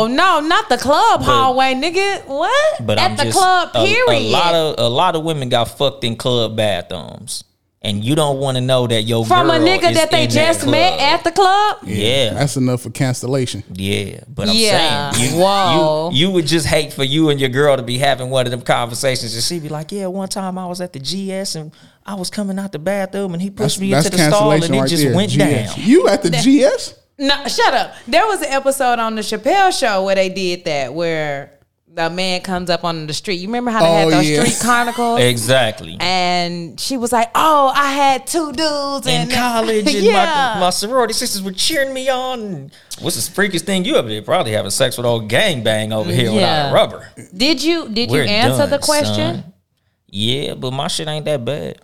party.
no, not the club hallway, nigga. What?
But
At
I'm
the
just,
club,
a-
period.
A, lot of a lot of women got fucked in club bathrooms, and you don't want to know that your
from a
girl
nigga
is
that they
in
just
club.
met at the club.
Yeah,
That's enough for cancellation.
yeah, but I'm
Yeah.
saying, you,
Whoa.
you you would just hate for you and your girl to be having one of them conversations, and she'd be like, "Yeah, one time I was at the GS and I was coming out the bathroom, and he pushed
That's,
me
that's
into the stall, and
cancellation
it
right
just
there.
went
GS.
down."
You at the GS?
No, shut up. There was an episode on the Chappelle show where they did that, where the man comes up on the street. You remember how they
Oh,
had those
yeah.
street carnivals?
Exactly.
And she was like, "Oh, I had two dudes
In
and
college, and
yeah,
my, my sorority sisters were cheering me on. What's the freakiest thing you ever did? Probably having sex with old gangbang over here without
Yeah.
a rubber.
did you did
We're
you answer
done,
the question?
son. Yeah, but my shit ain't that bad.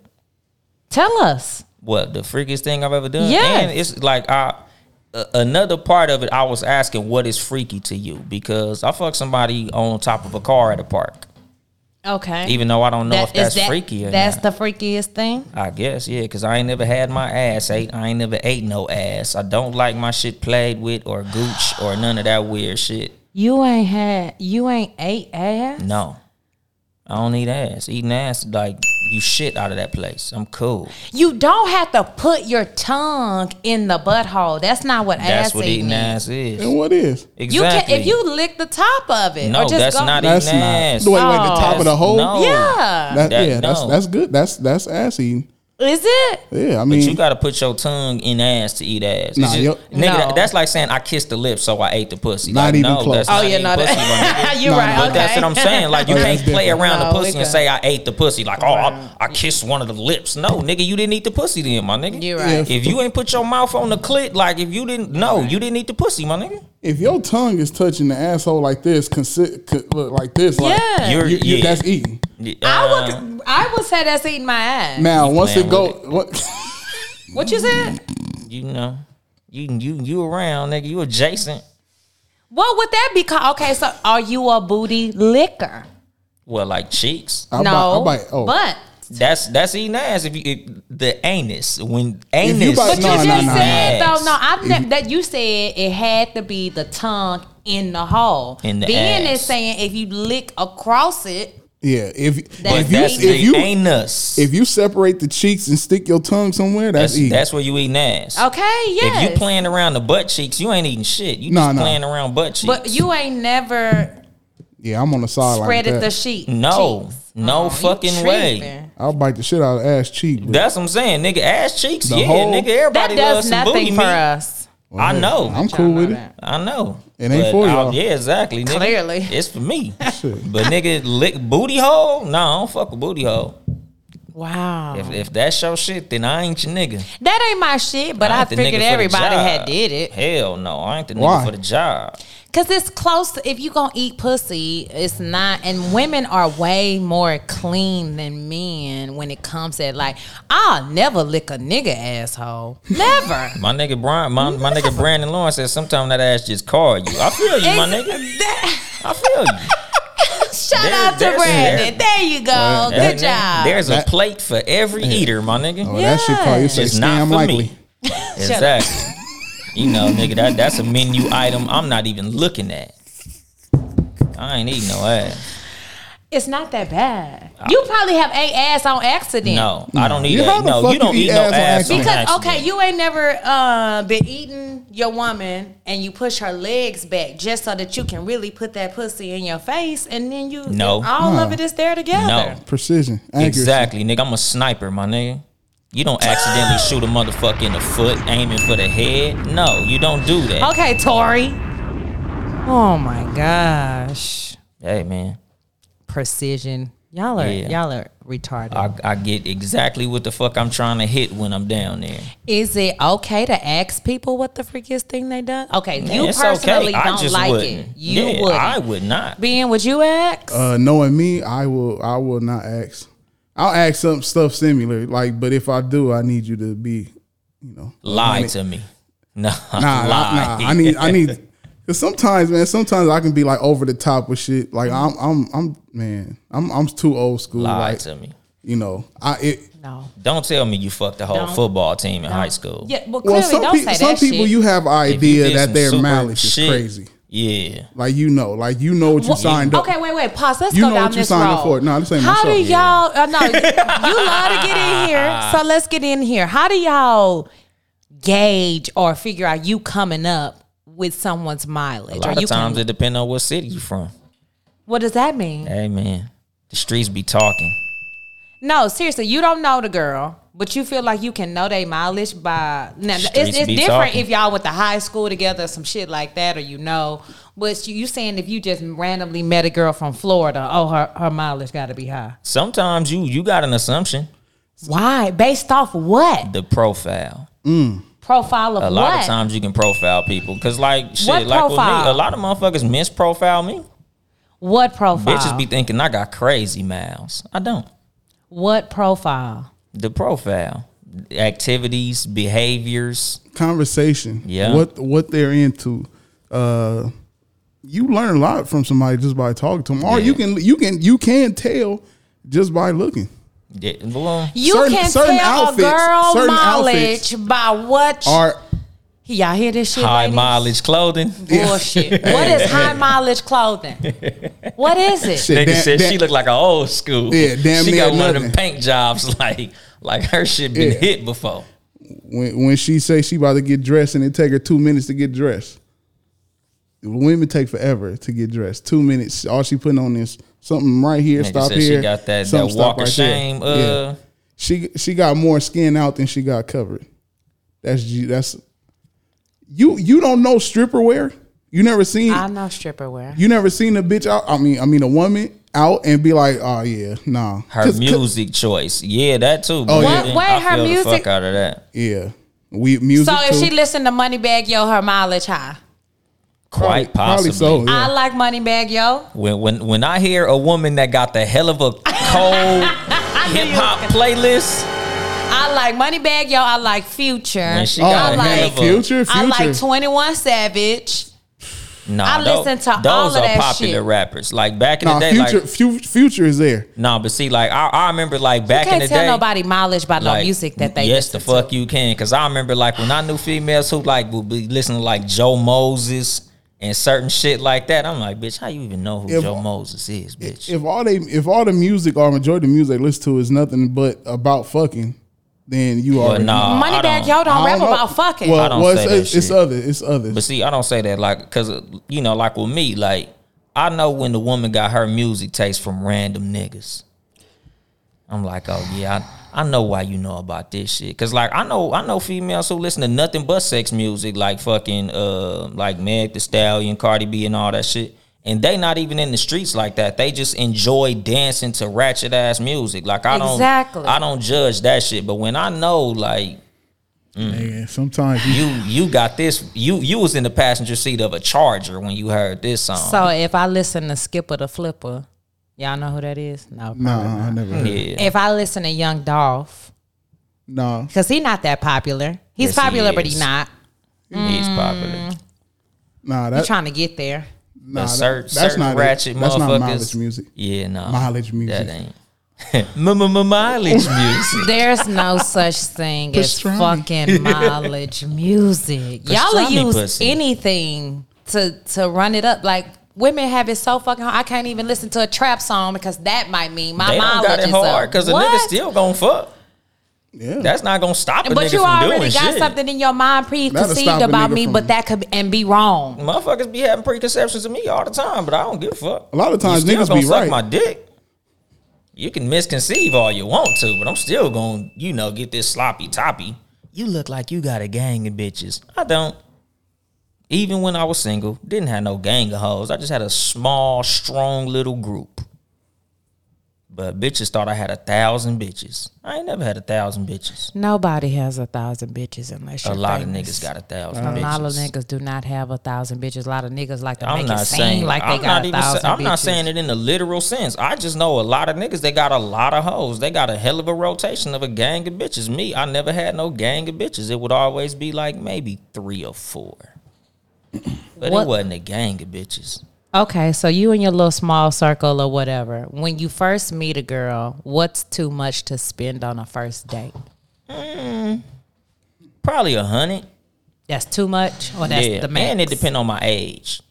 Tell us.
what the freakiest thing I've ever done.
Yes.
And it's like I a- another part of it I was asking what is freaky to you because I fucked somebody on top of a car at a park.
Okay.
Even though I don't know
That-
if
is
that's
that-
freaky or not.
That's the freakiest thing.
I guess, yeah, because I ain't never had my ass ate. I ain't never ate no ass. I don't like my shit played with or gooch or none of that weird shit.
You ain't had. You ain't ate ass.
No. I don't need ass. Eating ass like you shit out of that place. I'm cool.
You don't have to put your tongue in the butthole. That's not what
That's
ass
what
eating
eating
is.
ass is.
And what is?
You
Exactly.
can if you lick the top of it.
No,
or just
that's
go,
not
That's
eating
not-
ass.
Wait, wait, the top of the hole?
No.
Yeah.
That,
That-
yeah, that's
no.
that's good. That's that's ass eating.
Is it?
Yeah, I
But
mean,
you gotta put your tongue in ass to eat ass. It's
Nah,
just-
yo-
nigga, that-
No.
that's like saying I kissed the lips, so I ate the pussy.
Not
Like,
even
no,
close.
That's
Oh,
not
yeah,
even
no,
pussy, my nigga.
You're
No,
right.
no,
But that's what I'm saying. Like you
Okay.
can't play around the
No,
pussy
we
and
got-
say I ate the pussy. Like, oh, I, I kissed one of the lips. No, nigga, you didn't eat the pussy then, my nigga.
You're right.
If you ain't put your mouth on the clit, like if you didn't, no, you didn't eat the pussy, my nigga.
if your tongue is touching the asshole like this, consi- co- look, like this, like
Yeah.
You're,
you, you-
yeah.
that's eating.
I
Uh,
would I would say that's eating my ass.
Now, once
playing
it go,
with
what,
What you said?
you know, you you you around, nigga. You adjacent.
What would that be called? Okay, so are you a booty licker?
Well, like cheeks.
I
no,
bite, I bite. Oh,
but
That's that's eating ass. If you if the anus when anus,
you bite-
but
No,
you
no,
just
no,
said
no.
though. No, I ne- that you said it had to be the tongue in the hole.
In the
then
ass.
it's saying if you lick across it,
yeah. If
But
that's
if you
that's
the
if you
anus.
if you separate the cheeks and stick your tongue somewhere, that's,
that's,
eating.
that's where you eating ass.
okay, yes.
If you playing around the butt cheeks, you ain't eating shit. You
No,
just
no.
playing around butt cheeks.
but you ain't never
yeah, I'm on the side like
spreaded
that.
the sheet.
no, no
Oh, you
fucking way.
tripping.
I'll bite the shit out of ass cheek. But
That's what I'm saying, nigga. Ass cheeks,
The
yeah,
whole-
nigga. Everybody
That does
loves some booty
nothing for
meat.
us.
I know.
I'm cool with it.
I know.
It ain't
But
for
I-
y'all.
Yeah, exactly. Nigga.
Clearly.
It's for me. but nigga, lick booty hole? No, I don't fuck with booty hole.
Wow.
If, if that's your shit, then I ain't your nigga.
That ain't my shit, but I,
ain't the nigga for
figured
the
everybody
job.
had did it.
Hell no, I ain't the nigga
Why?
for the job.
Cause it's close. To, if you gonna eat pussy, it's not. And women are way more clean than men when it comes to like. I'll never lick a nigga asshole. Never.
My nigga Brian, my, my nigga Brandon Lawrence says sometimes that ass just call you. I feel you, my nigga. I feel you.
Shout
There-
out to
there's-
Brandon. There you go.
That
Good
nigga-
job.
There's a
That-
plate for every eater, my nigga.
Oh, that shit probably say
It's not
scam
for
likely.
me. Exactly. you know, nigga, that that's a menu item I'm not even looking at. I ain't eating no ass.
it's not that bad.
Uh,
You probably have a ass on accident.
No, I don't eat
You- how
that.
the
No,
fuck
you don't
you
eat
eat
no
ass on
ass. on
accident?
Because
accident.
okay, you ain't never uh, been eating your woman, and you push her legs back just so that you can really put that pussy in your face, and then you
No. Hmm.
all of it is there together.
No,
Precision, accuracy.
exactly, nigga. I'm a sniper, my nigga. You don't accidentally shoot a motherfucker in the foot, aiming for the head. No, you don't do that.
Okay, Tori. Oh my gosh,
Hey, man,
precision. Y'all are
Yeah.
y'all are retarded.
I, I get exactly what the fuck I'm trying to hit when I'm down there.
is it okay to ask people what the freakiest thing they done? Okay, you
it's okay.
personally
I
don't
just
like it.
wouldn't.
You
yeah,
would.
I
not
would not.
Being would you ask?
Uh, knowing me, I will. I will not ask. I'll ask some stuff similar, like. But if I do, I need you to be, you know,
Lie to me. No,
nah,
lie.
nah, nah. I need, I need. Cause sometimes, man, sometimes I can be like over the top with shit. Like I'm, I'm, I'm, man, I'm, I'm too old school.
lie
like,
to me.
you know, I it.
no.
Don't tell me you fucked the whole
Don't.
football team in high school.
Yeah, well, clearly
Well, some
don't
people,
say
some
that
people,
shit.
you have
If you
idea
did
that
some
their
super
malice is
shit,
crazy.
Yeah.
Like you know, like you know what you
Well,
signed up.
Okay, wait, wait, pause. Let's
You
go
know
down
what you
this
signed
road.
up for. No, this ain't my
How
show.
do
Yeah.
y'all? Uh, no, you love to get in here, so let's get in here. How do y'all gauge or figure out you coming up with someone's mileage?
A
or
lot
you
of times
coming-
it depends on what city you from.
what does that mean?
Hey man, the streets be talking.
No, seriously, you don't know the girl, but you feel like you can know they mileage by now.
Streets
it's it's
be
different
talking.
if y'all went to high school together, some shit like that, or you know. But you, you saying if you just randomly met a girl from Florida, oh her her mileage got to be high.
Sometimes you you got an assumption.
Why? Based off what?
The profile.
profile of
A lot of times you can profile people because like shit,
What
like with me,
profile?
a lot of motherfuckers misprofile me.
What profile?
Bitches be thinking I got crazy mouths. I don't.
what profile?
The profile, activities, behaviors.
conversation.
Yeah.
What what they're into. Uh you learn a lot from somebody just by talking to them. Or you can you can you can tell just by looking.
Yeah, well,
You
Certain-
can
certain
tell
outfits-
a girl
certain outfits
mileage by what.
Or
y'all hear this shit?
high
ladies?
mileage clothing.
Bullshit. what is high mileage clothing? What is it?
Shit.
Nigga
Damn-
said she
damn-
looked like an old school.
Yeah, damn
She
near
got one of them
nothing.
paint jobs like like her shit been
Yeah.
hit before.
when when she say she about to get dressed and it take her two minutes to get dressed. Women take forever to get dressed. Two minutes. All she putting on is something right here,
Nigga
stop
said
here.
she got that, that
something stop
walk of
right there.
shame.
Yeah.
Uh,
she she got more skin out than she got covered. That's G- that's you you don't know stripper wear. You never seen
I know stripper wear.
you never seen a bitch out. I mean I mean a woman out and be like, oh yeah, nah.
Her
'Cause- 'cause-
music choice, yeah, that too. Oh,
yeah.
What- wait, her
The fuck
music-
out of that.
yeah, we music.
So if
too.
she listened to Moneybag Yo, her mileage high.
Quite
Probably
possibly.
so. Yeah.
I like Moneybag Yo.
When when when I hear a woman that got the hell of a cold hip hop playlist,
I like Moneybag Yo. I like Future.
and she
oh,
got a
like-
hell of a
future, future.
I like Twenty One Savage.
Nah,
I
tho-
listen to
those
all of
are
that
popular
shit.
rappers. Like back in
nah,
the day,
future,
like
fu- future is there.
nah, but see, like I, I remember like back
Can't
in the
tell
day,
nobody mileage by
like
no music that they.
yes, the
listen to.
fuck you can, because I remember like when I knew females who like would be listening to like Joe Moses and certain shit like that. I'm like, bitch, how you even know who
If-
Joe Moses is, bitch?
If all they, if all the music or majority of the music they listen to is nothing but about fucking, then you are
but nah, I
Moneybag
don't-
Yo don't
I
rap
don't know.
about fucking.
Well,
I don't
well,
say
it's,
that
it's, it's
shit.
other. It's other.
But see, I don't say that like because you know, like with me, like I know when the woman got her music taste from random niggas. I'm like, oh yeah, I, I know why you know about this shit. Cause like I know I know females who listen to nothing but sex music, like fucking uh like Meg the Stallion, Cardi B and all that shit. And they not even in the streets like that. They just enjoy dancing to ratchet ass music. Like I don't
Exactly.
I don't judge that shit. But when I know like
Nigga, sometimes you,
you you got this you you was in the passenger seat of a charger when you heard this song
So if I listen to Skipper the Flipper, y'all know who that is? No. probably
nah,
not.
I never. Heard.
yeah
If I listen to Young Dolph,
Nah,
because he not that popular. He's
Yes, he
popular, but
is.
he not.
he's popular
mm.
nah,
Uh,
He
that,
trying to get there.
nah,
But
that-
cer-
that's
certain
not it.
ratchet
That's
motherfuckers
not mileage music.
yeah no
Mileage music.
that ain't mileage music
There's no such thing as
Pastrami.
fucking mileage music. Y'all
Pastrami
use
pussy.
anything to to run it up. Like women have it so fucking hard. I can't even listen to a trap song because that might mean my
they don't
mileage
got it
is
hard
up.
because a nigga
What?
still gonna fuck
Yeah,
that's not gonna stop a
But
nigga
you
from
already
doing
got
shit.
something in your mind
stop
preconceived
a
about
nigga
me,
from-
but that could and be wrong.
motherfuckers be having preconceptions of me all the time but i don't give a fuck
A lot of
You
times
still
niggas
gonna
be
suck
right.
my dick you can misconceive all you want to, but I'm still gonna, you know, get this sloppy toppy. You look like you got a gang of bitches. I don't. Even when I was single, didn't have no gang of hoes. I just had a small, strong little group. But bitches thought I had a thousand bitches. I ain't never had a thousand bitches.
Nobody has a thousand bitches unless
A
you're
lot of
famous.
niggas got a thousand
A
bitches.
lot of niggas do not have a thousand bitches. A lot of niggas like to
I'm
make
not
it seem
saying
like they
I'm
got
not
a
even. Say,
thousand
I'm
bitches.
not saying it in the literal sense. I just know a lot of niggas. They got a lot of hoes. They got a hell of a rotation of a gang of bitches. Me, I never had no gang of bitches. It would always be like maybe three or four. But it
What-
wasn't a gang of bitches.
Okay, so you and your little small circle or whatever. When you first meet a girl, what's too much to spend on a first date?
Probably a hundred.
That's too much, or that's
yeah,
the max.
and it depends on my age.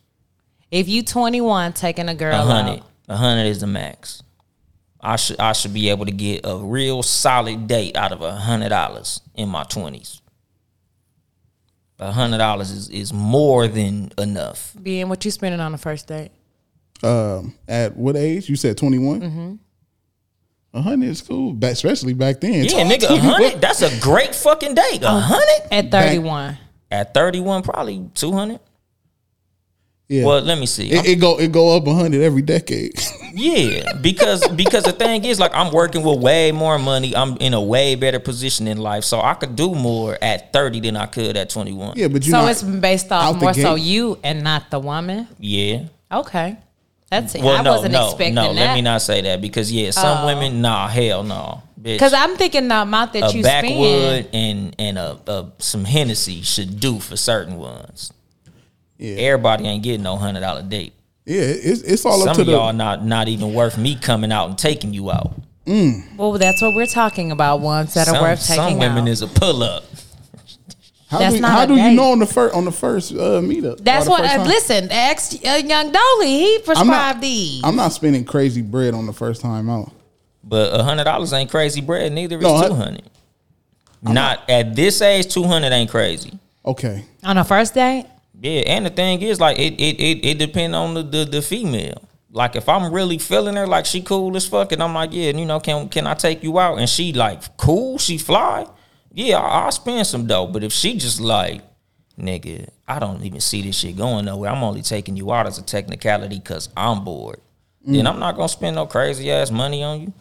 If you 21 taking a
A
girl
hundred.
out,
A hundred is the max. I should I should be able to get a real solid date out of a hundred dollars in my twenties. A hundred dollars is, is more than enough.
being what you spending on a first date,
um, at what age? You said twenty
Mm-hmm.
A hundred is cool, back, especially back then.
Yeah, nigga, a hundred. That's a great fucking date.
Oh.
A hundred
at 31,
at thirty one, probably two hundred.
Yeah.
Well, let me see.
it, it go it go up a hundred every decade.
Yeah, because because the thing is, like, I'm working with way more money. I'm in a way better position in life, so I could do more at thirty than I could at twenty one.
yeah, but you
so
not-
it's based off
out the
more so
gate.
you and not the woman.
yeah.
Okay, that's it.
Well,
I
no,
wasn't
no,
expecting
no.
that. Oh.
Let me not say that because yeah, some women, nah, hell no, bitch.
Because I'm thinking the amount that
a
you
backwood
spend.
and and a, a some Hennessy should do for certain ones.
Yeah.
Everybody ain't getting no hundred dollar date.
yeah, it's it's all up
Some
to
of
the
y'all not not even worth me coming out and taking you out.
Well, that's what we're talking about. Ones that are
Some,
worth
some
taking
women
out.
is a pull up.
How
That's
do,
not
how
a
do you
date.
know on the first on the first uh, meetup?
That's
Or
what.
the first
Uh,
time?
listen, ask uh, Young Dolly. He
I'm
prescribed
not,
these.
I'm not spending crazy bread on the first time out.
But a hundred dollars ain't crazy bread. Neither is
No, I-
two hundred. Not at this age, two hundred ain't crazy.
Okay,
On a first date,
Yeah, and the thing is, like it it it, it depends on the, the the female. like if I'm really feeling her, like she cool as fuck, and I'm like, yeah, you know, can can I take you out? And she like cool, she fly. Yeah, I, I'll spend some dough. But if she just like, nigga, I don't even see this shit going nowhere. I'm only taking you out as a technicality because I'm bored.
Mm.
Then I'm not gonna spend no crazy ass money on you.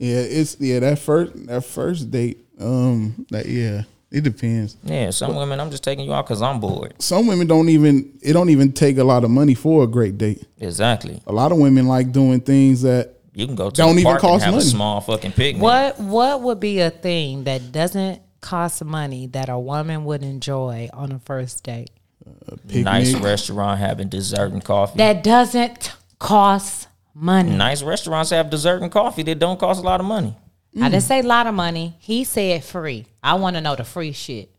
Yeah, it's yeah that first that first date. Um, that yeah, it depends.
Yeah, some women, I'm just taking you out because I'm bored.
Some women don't even it don't even take a lot of money for a great date.
Exactly.
A lot of women like doing things that
You can go to
Don't
the
even
park and
cost
have
money.
a small fucking picnic.
What what would be a thing that doesn't cost money that a woman would enjoy on a first date?
picnic.
Nice restaurant having dessert and coffee.
That doesn't cost money.
nice restaurants have dessert and coffee that don't cost a lot of money.
I
Mm.
didn't say a lot of money. He said free. I want to know the free shit.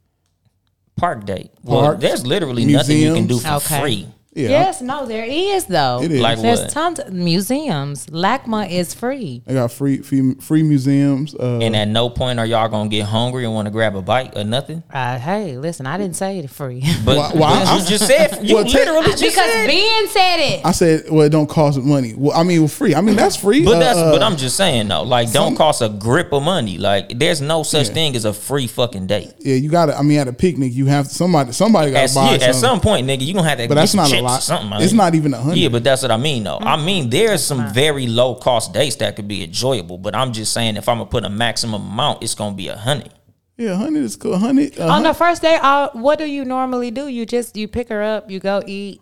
Park date. Well,
Parks,
there's literally nothing you can do for
museums.
free.
Yeah,
Yes, no, there is though.
It is.
Like
There's
what?
tons of museums. LACMA is free.
I got free free, free museums. Uh,
and at no point are y'all gonna get hungry and want to grab a bite or nothing.
Uh, hey, listen, I didn't say it free.
But,
Well, well,
but
I-
you just said you
Well, te-
literally just
because
said.
Ben said it.
I said, well, it don't cost money. Well, I mean, well, free. I mean, that's free.
But
Uh,
that's
uh,
but I'm just saying though, like don't cost a grip of money. Like there's no such thing as a free fucking date.
yeah, you got to. I mean, at a picnic, you have somebody. Somebody got
At,
to buy
yeah,
something.
at some point, nigga, you gonna have to
But
get
that's
some
not a
chips
lot.
or something. my
It's
nigga.
not even a hundred.
Yeah, but that's what I mean though.
Mm-hmm.
I mean there's some very low cost dates that could be enjoyable, but I'm just saying if I'm gonna put a maximum amount, it's gonna be a hundred.
yeah, hundred is cool. Hundred.
Uh-huh.
Uh,
on the first day, uh, what do you normally do? You just you pick her up, you go eat,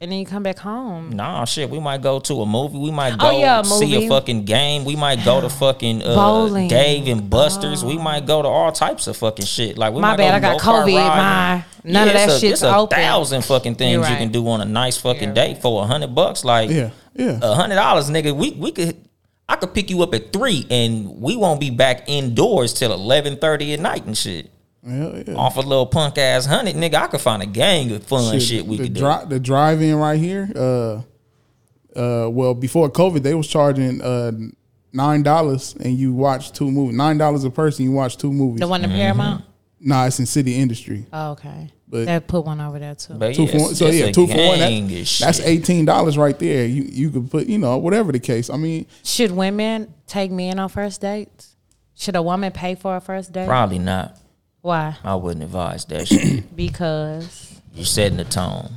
and then you come back home.
Nah, shit. We might go to a movie. We might go
Oh, yeah, a
see
movie.
a fucking game. We might go to fucking uh,
Bowling. Oh.
Dave and Buster's. We might go to all types of fucking shit. Like we
My
might
bad,
go
I got
go-kart riding.
COVID. My- none of that
it's a,
shit's
it's a
open.
Thousand fucking things you
right.
can do on a nice fucking date for a hundred bucks. Like
yeah, yeah.
a hundred dollars, nigga. We we could. I could pick you up at three, and we won't be back indoors till eleven thirty at night and shit.
yeah, yeah.
Off a little punk ass hundred, nigga. I could find a gang of fun shit, we
the
could do.
dri- The drive-in right here. Uh, uh, well, before COVID, they was charging uh nine dollars and you watch two movies. Nine dollars a person, you watch two movies.
The one
Mm-hmm.
in Paramount.
nah, it's in City Industry.
Oh, okay,
But-
they put one over there too.
But
Two
yeah,
for one.
it's-
So
it's
yeah,
a
two for one. That-
gang of shit.
that's eighteen dollars right there. You you could put you know whatever the case. I mean,
Should women take men on first dates? Should a woman pay for a first date?
Probably not.
Why?
I wouldn't advise that shit.
Because
You're setting the tone.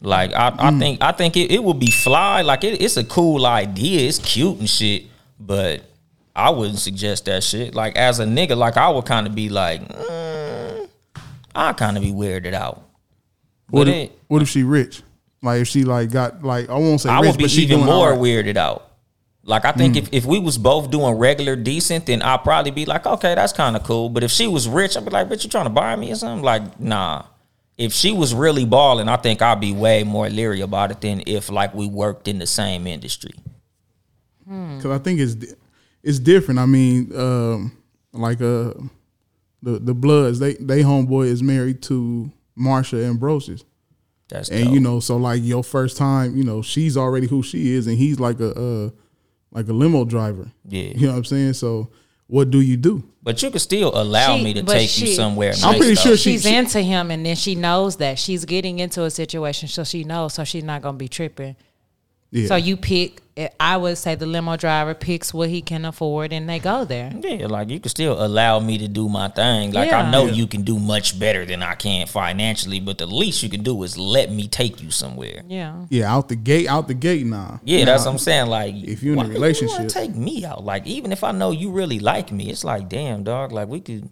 Like I, I think I think it, it would be fly. Like it, it's a cool idea. It's cute and shit. But I wouldn't suggest that shit. Like as a nigga, like I would kind of be like, mm, I kind of be weirded out.
what
But
if,
it,
what if she rich? Like if she like got like I won't say
I
rich,
would be
but she
even
doing Hmm.
more
alright.
weirded out. Like I think if, if we was both doing regular decent, then I'd probably be like, okay, that's kind of cool. But if she was rich, I'd be like, bitch, you trying to buy me or something? Like, nah. If she was really balling, I think I'd be way more leery about it than if like we worked in the same industry.
because I think it's di- it's different. I mean, um, like uh, the the Bloods, they they homeboy is married to Marsha Ambrosius,
That's
and
dope.
you know, so like your first time, you know, she's already who she is, and he's like a uh, like a limo driver.
Yeah.
you know what I'm saying. So what do you do?
but you could still allow
She-
me to
but
take you
she-
somewhere.
I'm
nice,
pretty
though.
sure she,
she's
she
into him, and then she knows that she's getting into a situation, so she knows, so she's not gonna be tripping.
yeah.
So you pick. eh, I would say the limo driver picks what he can afford, and they go there.
Yeah, like you can still allow me to do my thing. Like
Yeah.
I know you can do much better than I can financially, but the least you can do is let me take you somewhere.
Yeah.
yeah, out the gate, out the gate now.
Yeah, that's what I'm saying. Like,
if you in a
why would wanna
relationship-
take me out. Like, even if I know you really like me, it's like, damn, dog. Like, we could,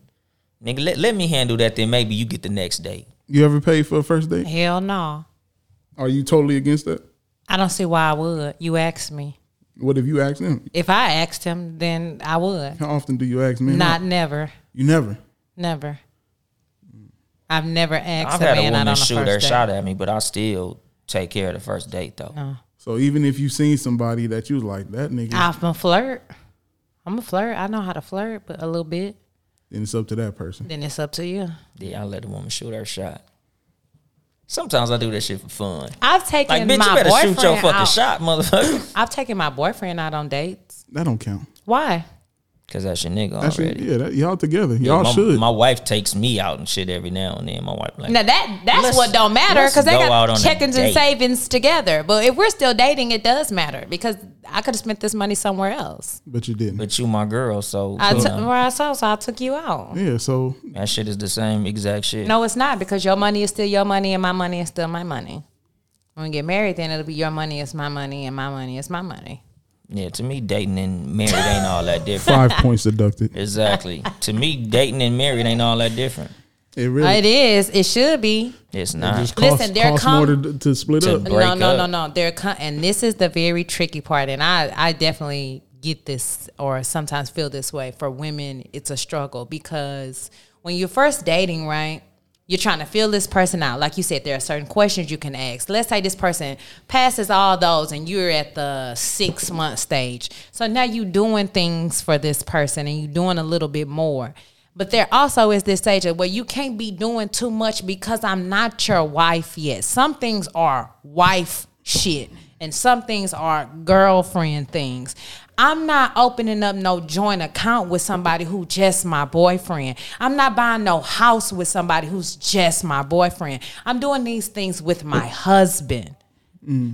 nigga, let, let me handle that. Then maybe you get the next date.
You ever paid for a first date?
Hell no.
Are you totally against that?
I don't see why I would. You asked me.
What if you asked him?
If I asked him, then I would.
How often do you ask men?
Not
out?
never.
you never.
Never. I've never asked
I've
a
had a
man out on
woman
a
shoot her
first date.
shot at me, but I still take care of the first date though.
So even if you seen somebody that you was like that nigga,
I'm a flirt. I'm a flirt. I know how to flirt, but a little bit.
then it's up to that person.
Then it's up to you.
Yeah, I let the woman shoot her shot. Sometimes I do that shit for fun.
I've
Like,
taken
bitch,
my
you better
boyfriend
shoot your fucking
out.
shot, motherfucker.
I've taken my boyfriend out on dates.
That don't count.
Why?
Cause that's your nigga
That's
already.
yeah, that, y'all together. Y'all
my,
should.
My wife takes me out and shit every now and then. My wife like,
Now that that's
Let's-
what don't matter
let's
because they
go out on
got
a
checkings and
date.
savings together. But if we're still dating, it does matter because I could have spent this money somewhere else.
but you didn't.
but you my girl, so
I
you
took
know,
where I saw, so I took you out.
yeah, so
that shit is the same exact shit.
No, it's not because your money is still your money and my money is still my money. When we get married, then it'll be your money is my money and my money is my money.
Yeah, to me, dating and married ain't all that different.
five points deducted.
exactly. To me, dating and married ain't all that different.
It really
It is. It should be.
It's not.
just costs,
Listen, there
costs
come-
more to, to split
To-
up.
break
no, no,
up.
no, no. There, co- and this is the very tricky part, and I, I definitely get this, or sometimes feel this way. For women, it's a struggle because when you're first dating, right, you're trying to feel this person out. Like you said, there are certain questions you can ask. Let's say this person passes all those, and you're at the six month stage. So now you're doing things for this person, and you're doing a little bit more. But there also is this stage of where you can't be doing too much because I'm not your wife yet. Some things are wife shit and some things are girlfriend things. I'm not opening up no joint account with somebody who just my boyfriend. I'm not buying no house with somebody who's just my boyfriend. I'm doing these things with my husband.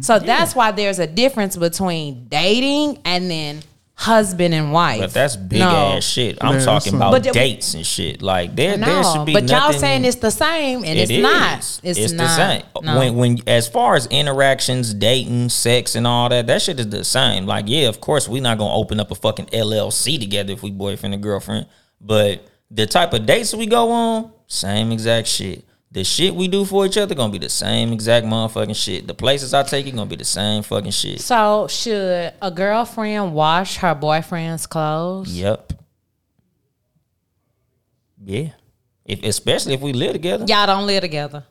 So that's why there's a difference between dating and then husband and wife.
But that's big
No.
ass shit. I'm
Man,
talking
that's
about
But the-
dates and shit. Like there, there
No,
should be.
but y'all
nothing-
saying it's the same, and it's
It
not.
is.
It's, not.
the same.
No.
When when as far as interactions, dating, sex, and all that, that shit is the same. Like yeah, of course we're not gonna open up a fucking LLC together if we boyfriend and girlfriend. But the type of dates we go on, same exact shit. The shit we do for each other gonna be the same exact motherfucking shit. The places I take you gonna be the same fucking shit.
so should a girlfriend wash her boyfriend's clothes?
Yep. Yeah. If especially if we live together.
Y'all don't live together.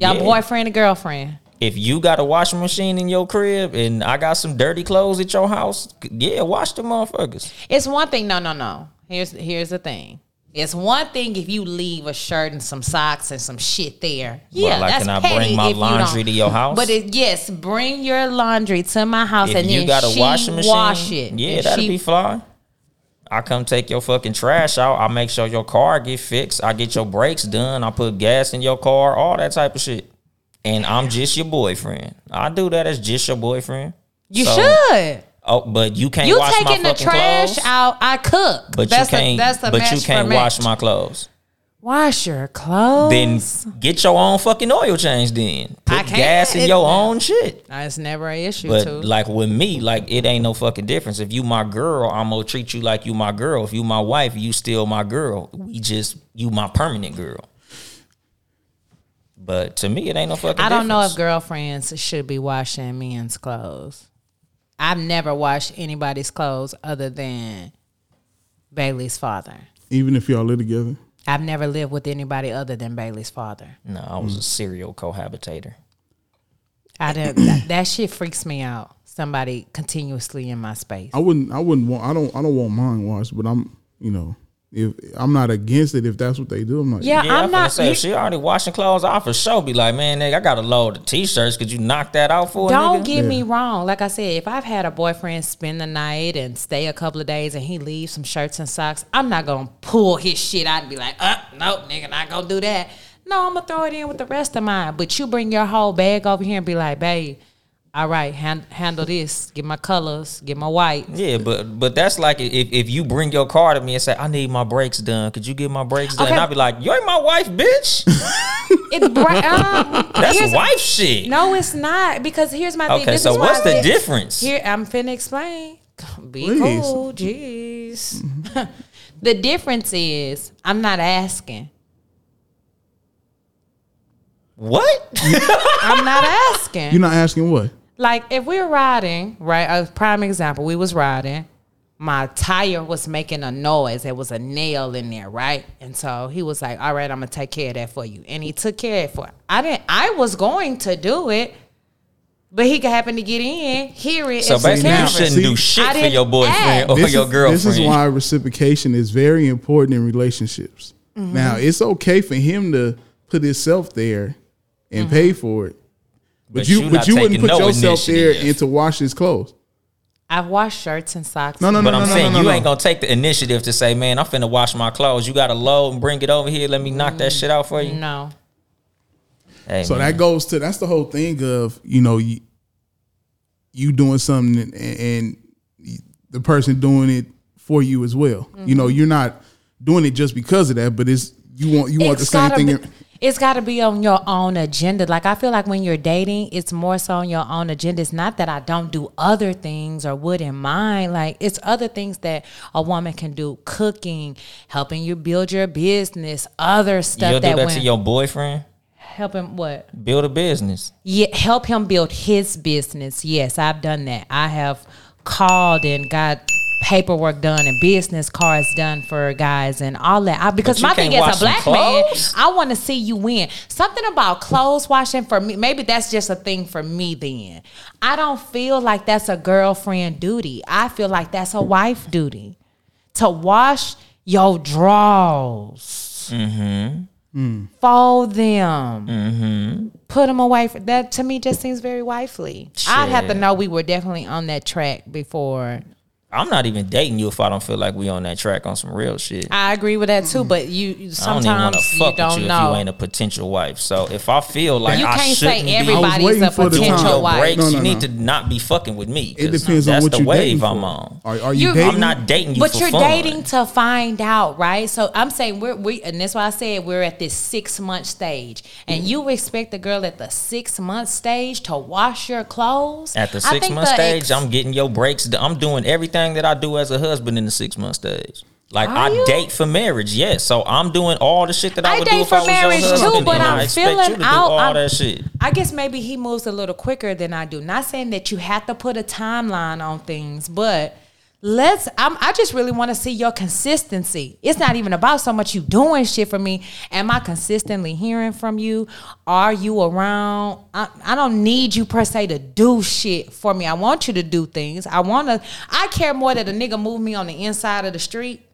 Y'all
Yeah.
boyfriend and girlfriend.
if you got a washing machine in your crib and I got some dirty clothes at your house, yeah, wash the motherfuckers.
It's one thing. No, no, no. Here's here's the thing. It's one thing if you leave a shirt and some socks and some shit there. Yeah,
like,
that's
can I
petty
bring my
if you
laundry
don't.
to your house?
But it, yes, bring your laundry to my house
If
and
you
then
got a
she
washing machine,
wash it.
yeah,
And
that'd
she-
be fly. I come take your fucking trash out. I make sure your car get fixed. I get your brakes done. I put gas in your car. All that type of shit. And I'm just your boyfriend. I do that as just your boyfriend.
you
So-
should.
Oh, but you can't
You
wash my
taking
fucking
the trash
clothes.
out. I cook.
But
that's
you can't.
The, that's the
but
match
you can't
for
wash
match.
my clothes.
Wash your clothes.
Then get your own fucking oil change. Then
I
put
can't.
gas in your own shit.
Nah, it's never an issue.
But
too.
like with me, like it ain't no fucking difference. If you my girl, I'm gonna treat you like you my girl. If you my wife, you still my girl. We just you my permanent girl. But to me, it ain't no fucking.
I don't know if
difference.
girlfriends should be washing men's clothes. I've never washed anybody's clothes other than Bailey's father.
Even if y'all live together,
I've never lived with anybody other than Bailey's father.
No, I was a serial cohabitator.
I didn't. that, that shit freaks me out. Somebody continuously in my space.
I wouldn't. I wouldn't want. I don't. I don't want mine washed. But I'm. You know, if I'm not against it, if that's what they do, I'm not.
Yeah,
Yeah, I'm,
I'm
gonna
not.
say
you-
if she already washing clothes, I for sure be like, man, nigga, I got a load of t-shirts. Could you knock that out for a
Don't
nigga?
get me wrong. Like I said, if I've had a boyfriend spend the night and stay a couple of days and he leaves some shirts and socks, I'm not gonna pull his shit out and be like, uh, nope, nigga, not gonna do that. No, I'm gonna throw it in with the rest of mine. But you bring your whole bag over here and be like, babe, all right, hand, handle this. Get my colors, get my white.
Yeah, but but that's like if, if you bring your car to me and say I need my brakes done, could you get my brakes done?
Okay.
And I'd be like, you ain't my wife, bitch.
It's bra- um,
That's
here's-
wife shit.
No, it's not. Because here's my thing.
okay,
This
so
is why
what's
I
the
said-
difference?
Here, I'm finna explain. Be
Please.
cool, jeez. the difference is, I'm not asking.
What?
I'm not asking.
You're not asking what.
like if we were riding, right? A prime example, we was riding. My tire was making a noise. There was a nail in there, right? And so he was like, "All right, I'm gonna take care of that for you." And he took care of it for. I didn't. I was going to do it, but he happened to get in, hear it.
so
and take
basically,
care
you
of it.
shouldn't
See,
do shit
I
for
didn't
your boyfriend
ask.
or
This
Oh, your
is-
girlfriend.
This is why reciprocation is very important in relationships.
Mm-hmm.
Now, it's okay for him to put himself there and
Mm-hmm.
pay for it, but,
But
you
you
but
not
you wouldn't
taking
put
no
yourself there
initiative.
and to wash his clothes.
I've washed shirts and socks.
No, no,
But
no, no,
I'm
no,
saying
no,
you
no.
ain't gonna take the initiative to say, man, I'm finna wash my clothes. You got to load and bring it over here. Let me knock
Mm.
that shit out for you.
No.
Hey,
So
man.
that goes to that's the whole thing of you know you, you doing something and, and the person doing it for you as well. You
Mm-hmm.
know, you're not doing it just because of that, but it's you want you want the
It's
same
gotta
thing.
be- it's got to be on your own agenda. Like I feel like when you're dating, it's more so on your own agenda. It's not that I don't do other things or wouldn't mind. Like it's other things that a woman can do: cooking, helping you build your business, other stuff
you'll do
that,
that
when
to your boyfriend.
help him what
Build a business.
yeah, help him build his business. Yes, I've done that. I have called and got paperwork done and business cards done for guys and all that. I, because
you
my thing
can't wash
as a
some
black man,
clothes?
I want to see you win. Something about clothes washing for me, maybe that's just a thing for me then. I don't feel like that's a girlfriend duty. I feel like that's a wife duty to wash your drawers. Fold them
Mm-hmm.
put them away. For, that to me just seems very wifely. I'd have to
Shit.
know we were definitely on that track before.
I'm not even dating you if I don't feel like we on that track on some real shit.
I agree with that too, but you you-
I don't even want to
sometimes
fuck
you don't
with you
know.
if you ain't a potential wife. So if I feel like
You
I
can't say
shouldn't be
everybody-
I was
Everybody's
waiting
a
for the
potential
on your
wife.
time.
breaks,
No, no,
you need
no.
to not be fucking with me.
It
'cause
depends on
that's
what
the
you
wave
dating
I'm
for.
on.
Are, are you
You're-
dating?
I'm not dating you,
but
for
you're
fun.
dating to find out, right? So I'm saying we're we, and that's why I said we're at this six month stage,
Mm-hmm.
and you expect the girl at the six month stage to wash your clothes
At the
I
six
think
month
the
stage,
ex-
I'm getting your breaks. I'm doing everything that I do as a husband in the six month stage. Like I
you?
date for marriage, yes. So I'm doing all the shit that I,
I
would
date
do if
for
I was
marriage,
your
too,
husband.
but
and
I'm
I expect
feeling
you to do
out-
all
I'm-
that shit.
I guess maybe he moves a little quicker than I do. Not saying that you have to put a timeline on things, but let's. I'm, I just really want to see your consistency. It's not even about so much you doing shit for me. Am I consistently hearing from you? Are you around? I, I don't need you per se to do shit for me. I want you to do things. I want to. I care more that a nigga move me on the inside of the street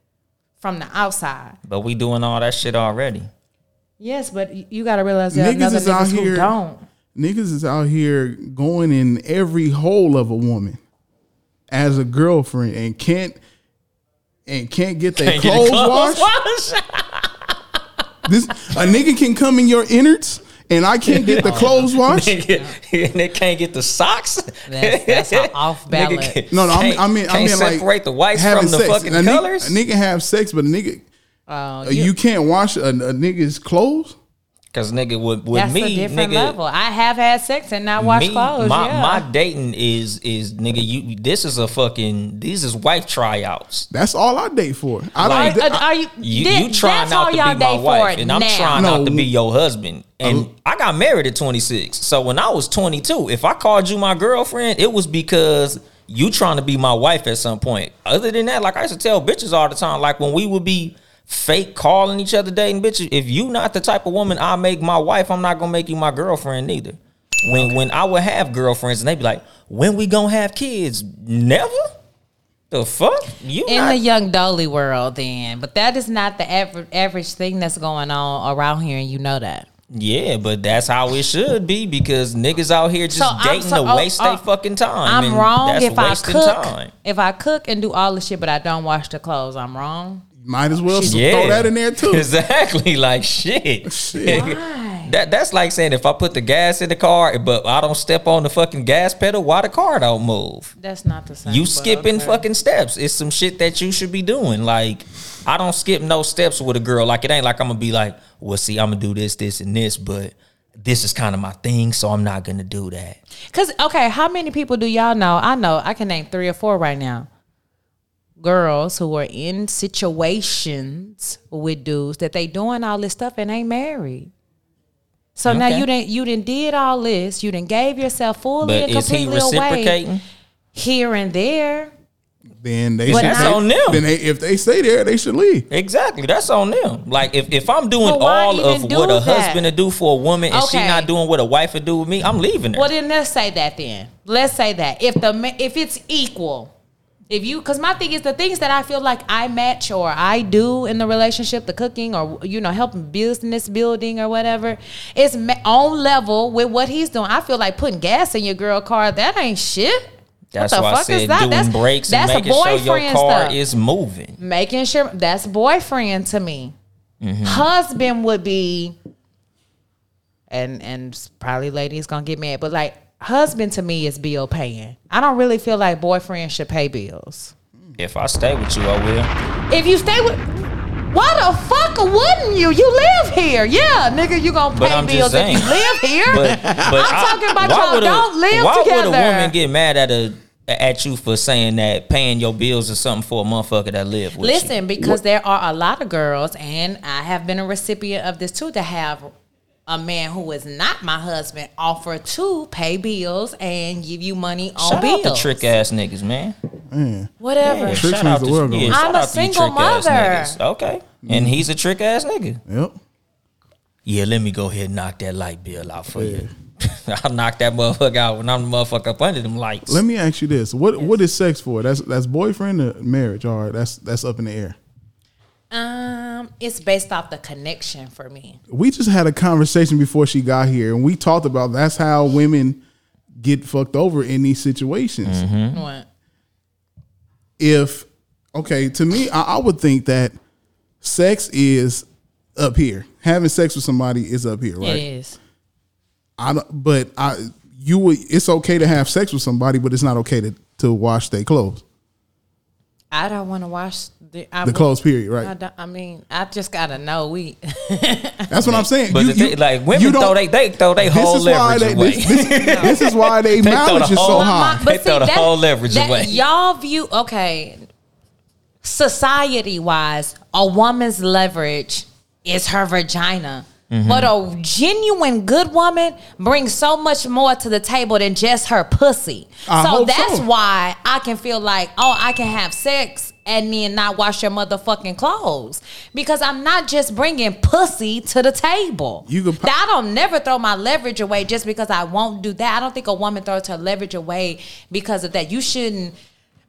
from the outside.
But we doing all that shit already.
Yes, but y- you got to realize there
Niggas
are other
is out
niggas who
here-
don't.
Niggas is out here going in every hole of a woman as a girlfriend and can't and can't get their
Can't get the
clothes,
clothes
washed. This a nigga can come in your innards and I can't get the clothes washed.
Oh, Nigga, they can't get the socks.
That's- that's an off
Nigga
ballot.
can't-
No, no, I mean,
can't-
I mean, I
can't
mean, like
separate the whites
having
from the
sex.
fucking
a nigga,
colors.
A nigga have sex, but a nigga,
Uh,
you, can't wash a, a nigga's clothes.
Cause nigga, with, with
That's
me,
a different
nigga,
level. I have had sex and not washed
me,
clothes.
my
yeah.
my dating is is nigga. You this is a fucking these is wife tryouts.
That's all I date for. I
Like-
don't.
are, are you,
You,
thi-
you trying
that's all
out to
y'all
be my
date for
wife, and I'm
now.
trying out to
No.
be your husband. And I got married at 26. So when I was 22, if I called you my girlfriend, it was because you trying to be my wife at some point. Other than that, like I used to tell bitches all the time, like when we would be fake calling each other dating bitches, if you not the type of woman I make my wife, I'm not gonna make you my girlfriend neither. When when I would have girlfriends and they'd be like, when we gonna have kids? Never. The fuck you
in
not-
the young dolly world, then, but that is not the average, average thing that's going on around here, and you know that.
Yeah, but that's how it should be because niggas out here just
So I'm
dating
so-
to
oh,
waste
oh,
their fucking time.
I'm
and
wrong
that's
if I
wasting
cook.
time.
If I cook and do all the shit, but I don't wash the clothes, I'm wrong.
Might as well
Yeah,
throw that in there too.
Exactly, like shit.
Shit.
that that's like saying if I put the gas in the car, but I don't step on the fucking gas pedal, why the car don't move?
That's not the same.
You
but
skipping
okay.
fucking steps. It's some shit that you should be doing. Like, I don't skip no steps with a girl. Like, it ain't like I'm gonna be like, well, see, I'm gonna do this, this, and this, but this is kind of my thing, so I'm not gonna do that.
Cause okay, how many people do y'all know? I know I can name three or four right now. Girls who are in situations with dudes that they doing all this stuff and ain't married. So now
Okay.
you didn't you didn't did all this. You didn't gave yourself fully
But
and
is he
completely
reciprocating?
away here and there.
Then they
But
should-
that's
they-
on them.
Then they, if they stay there, they should leave.
Exactly. That's on them. Like if, if I'm doing
But why
all of
even do
what a
that?
husband would do for a woman and she
Okay.
not doing what a wife would do with me, I'm leaving her.
Well, then let's say that. Then let's say that if the ma- if it's equal, if you because my thing is the things that I feel like I match or I do in the relationship, the cooking or you know helping business building or whatever, it's ma- on level with what he's doing. I feel like putting gas in your girl car. That ain't shit.
That's
the
why I
fuck is
said
that?
doing
That's-
brakes
that's a
and making sure your
boyfriend
car
stuff.
is moving.
making sure that's boyfriend to me.
Mm-hmm.
Husband would be, and and probably ladies gonna get mad, but like husband to me is bill paying. I don't really feel like boyfriend should pay bills.
If I stay with you, I will.
If you stay with, why the fuck wouldn't you? You live here, yeah, nigga. You gonna
But
pay
I'm
bills
just
if you
saying.
live here?
But, but
I'm talking about
why
y'all
would a-
don't live
why would
together.
a woman get mad at a at you for saying that paying your bills or something for a motherfucker that live with you?
Listen, because there are a lot of girls, and I have been a recipient of this too, to have a man who is not my husband offer to pay bills and give you money on
Shout
bills.
out to trick ass niggas, man.
Whatever.
Yeah,
Trick
shout
means
out
the
to-
world,
yeah,
though.
shout
I'm a
out to you
single
trick-ass
mother.
niggas. Okay, and he's a trick ass nigga.
Yep.
Yeah, let me go ahead and knock that light bill out for you. I'll knock that motherfucker out when I'm the motherfucker up under them lights.
Let me ask you this: what what is sex for? That's that's boyfriend or marriage? All right, that's that's up in the air.
Um, it's based off the connection for me.
We just had a conversation before she got here, and we talked about that's how women get fucked over in these situations.
Mm-hmm.
What?
If okay, to me, I, I would think that sex is up here. Having sex with somebody is up here, right?
It is.
I don't, but I you would. It's okay to have sex with somebody, but it's not okay to to wash their clothes.
I don't want to wash the, I
The
would-
clothes, period,
I,
right?
don't, I mean, I just gotta know we.
That's what I'm saying.
But
You-
the thing,
you-
like women
you don't-
throw they they throw they
This
whole
is why
leverage
they,
away.
this, this, this is why they
throw the
mileage is so
whole-
high.
They throw the whole leverage away.
Y'all view okay. Society wise, a woman's leverage is her vagina.
Mm-hmm.
But a genuine good woman brings so much more to the table than just her pussy.
I
so
hope
that's
so.
why I can feel like, oh, I can have sex and then not wash your motherfucking clothes because I'm not just bringing pussy to the table.
You could po-
I don't never throw my leverage away just because I won't do that. I don't think a woman throws her leverage away because of that. You shouldn't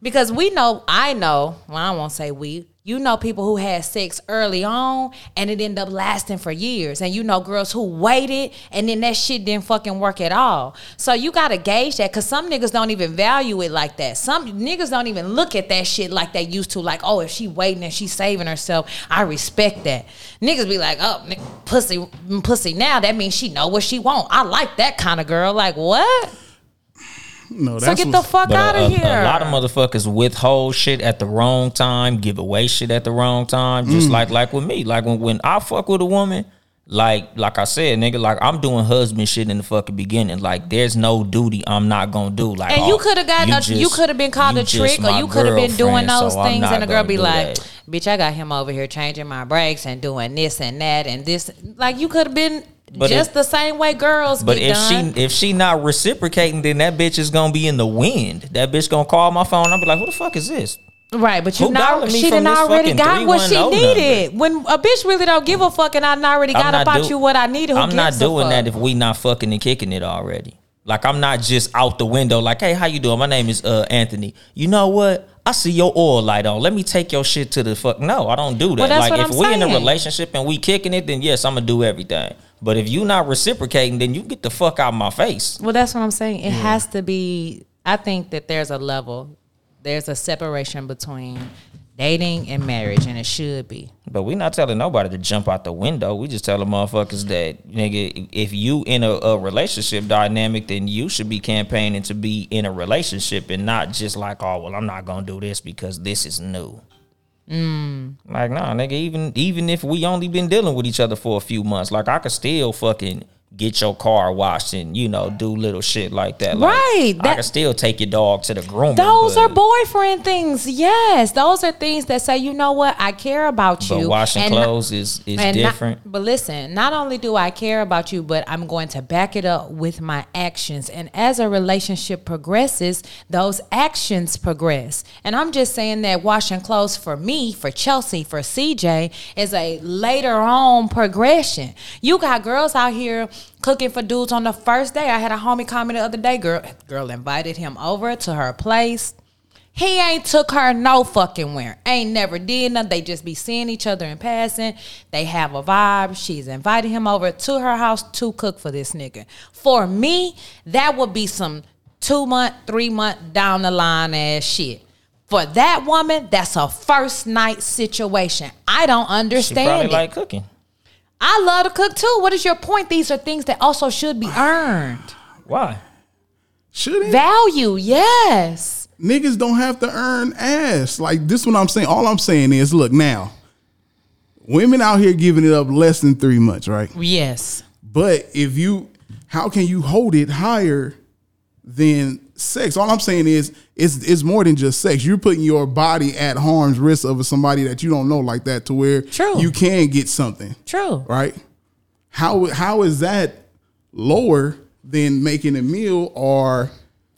because we know I know, well, I won't say we. You know people who had sex early on and it ended up lasting for years. And you know girls who waited and then that shit didn't fucking work at all. So you gotta gauge that because some niggas don't even value it like that. Some niggas don't even look at that shit like they used to. Like, oh, if she waiting and she saving herself, I respect that. Niggas be like, oh, ni- pussy, mm, pussy. Now that means she know what she want. I like that kind of girl. Like what?
No,
So
that's
get the
what's-
fuck
But
out
a,
of
a-
here.
a lot of motherfuckers withhold shit at the wrong time, give away shit at the wrong time. Just
Mm.
like like with me, like when, when I fuck with a woman, like like I said, nigga, like I'm doing husband shit in the fucking beginning. Like there's no duty I'm not gonna do. Like
And you
oh,
could have got a, you
just-
could have been called
you
a
just
trick, or
my
you could have been doing
girlfriend, so
those
I'm
things,
not
and the girl
gonna
be
do
like,
that.
"Bitch, I got him over here changing my brakes and doing this and that and this." Like you could have been
But
just
if-
the same way girls.
But
get
if
done.
she if she not reciprocating, then that bitch is gonna be in the wind. That bitch gonna call my phone. I'll be like, who the fuck is this?
right, but you
Who
know
dialing me
she
from
done
this
already
fucking
got what she
310 number?
needed. When a bitch really don't give a fuck, and I done already got
not
about
do-
you what I needed. Who
I'm not
gives a
doing that
fuck?
if we not fucking and kicking it already. Like I'm not just out the window. Like, hey, how you doing? My name is uh Anthony. You know what? I see your oil light on. Let me take your shit to the fuck. No, I don't do that.
that's
like
what
if
I'm
we in a
saying.
relationship and we kicking it, then yes, I'm gonna do everything. But if you not reciprocating, then you get the fuck out my face.
Well, that's what I'm saying. It has to be. I think that there's a level, there's a separation between dating and marriage, and it should be.
But we not telling nobody to jump out the window. We just telling motherfuckers that nigga, if you in a, a relationship dynamic, then you should be campaigning to be in a relationship and not just like, oh well, I'm not gonna do this because this is new.
Mm.
Like nah, nigga. Even even if we only been dealing with each other for a few months, like I could still fucking get your car washed and you know do little shit like that. Like,
Right,
I
that-
could still take your dog to the groomer.
Those
but-
are boyfriend things. Yes, those are things that say, you know what, I care about you.
But washing
and-
clothes is is
and not-
different.
but listen, not only do I care about you, but I'm going to back it up with my actions. And as a relationship progresses, those actions progress. And I'm just saying that washing clothes for me, for Chelsea, for CJ is a later on progression. You got girls out here cooking for dudes on the first day. I had a homie call me the other day. Girl, girl invited him over to her place. He ain't took her no fucking where. Ain't never did nothing. They just be seeing each other in passing. They have a vibe. She's invited him over to her house to cook for this nigga. For me, that would be some two month, three month down the line ass shit. For that woman, that's a first night situation. I
She
don't
probably
understand it.
like cooking.
I love to cook too. What is your point? These are things that also should be earned.
Why?
Should it?
Value, yes.
Niggas don't have to earn ass. Like this what I'm saying. All I'm saying is, look now, women out here giving it up less than three months, right?
Yes.
But if you, how can you hold it higher than sex? All I'm saying is, it's it's more than just sex. You're putting your body at harm's risk of somebody that you don't know like that, to where
True.
you can get something,
True.
right? How how is that lower than making a meal or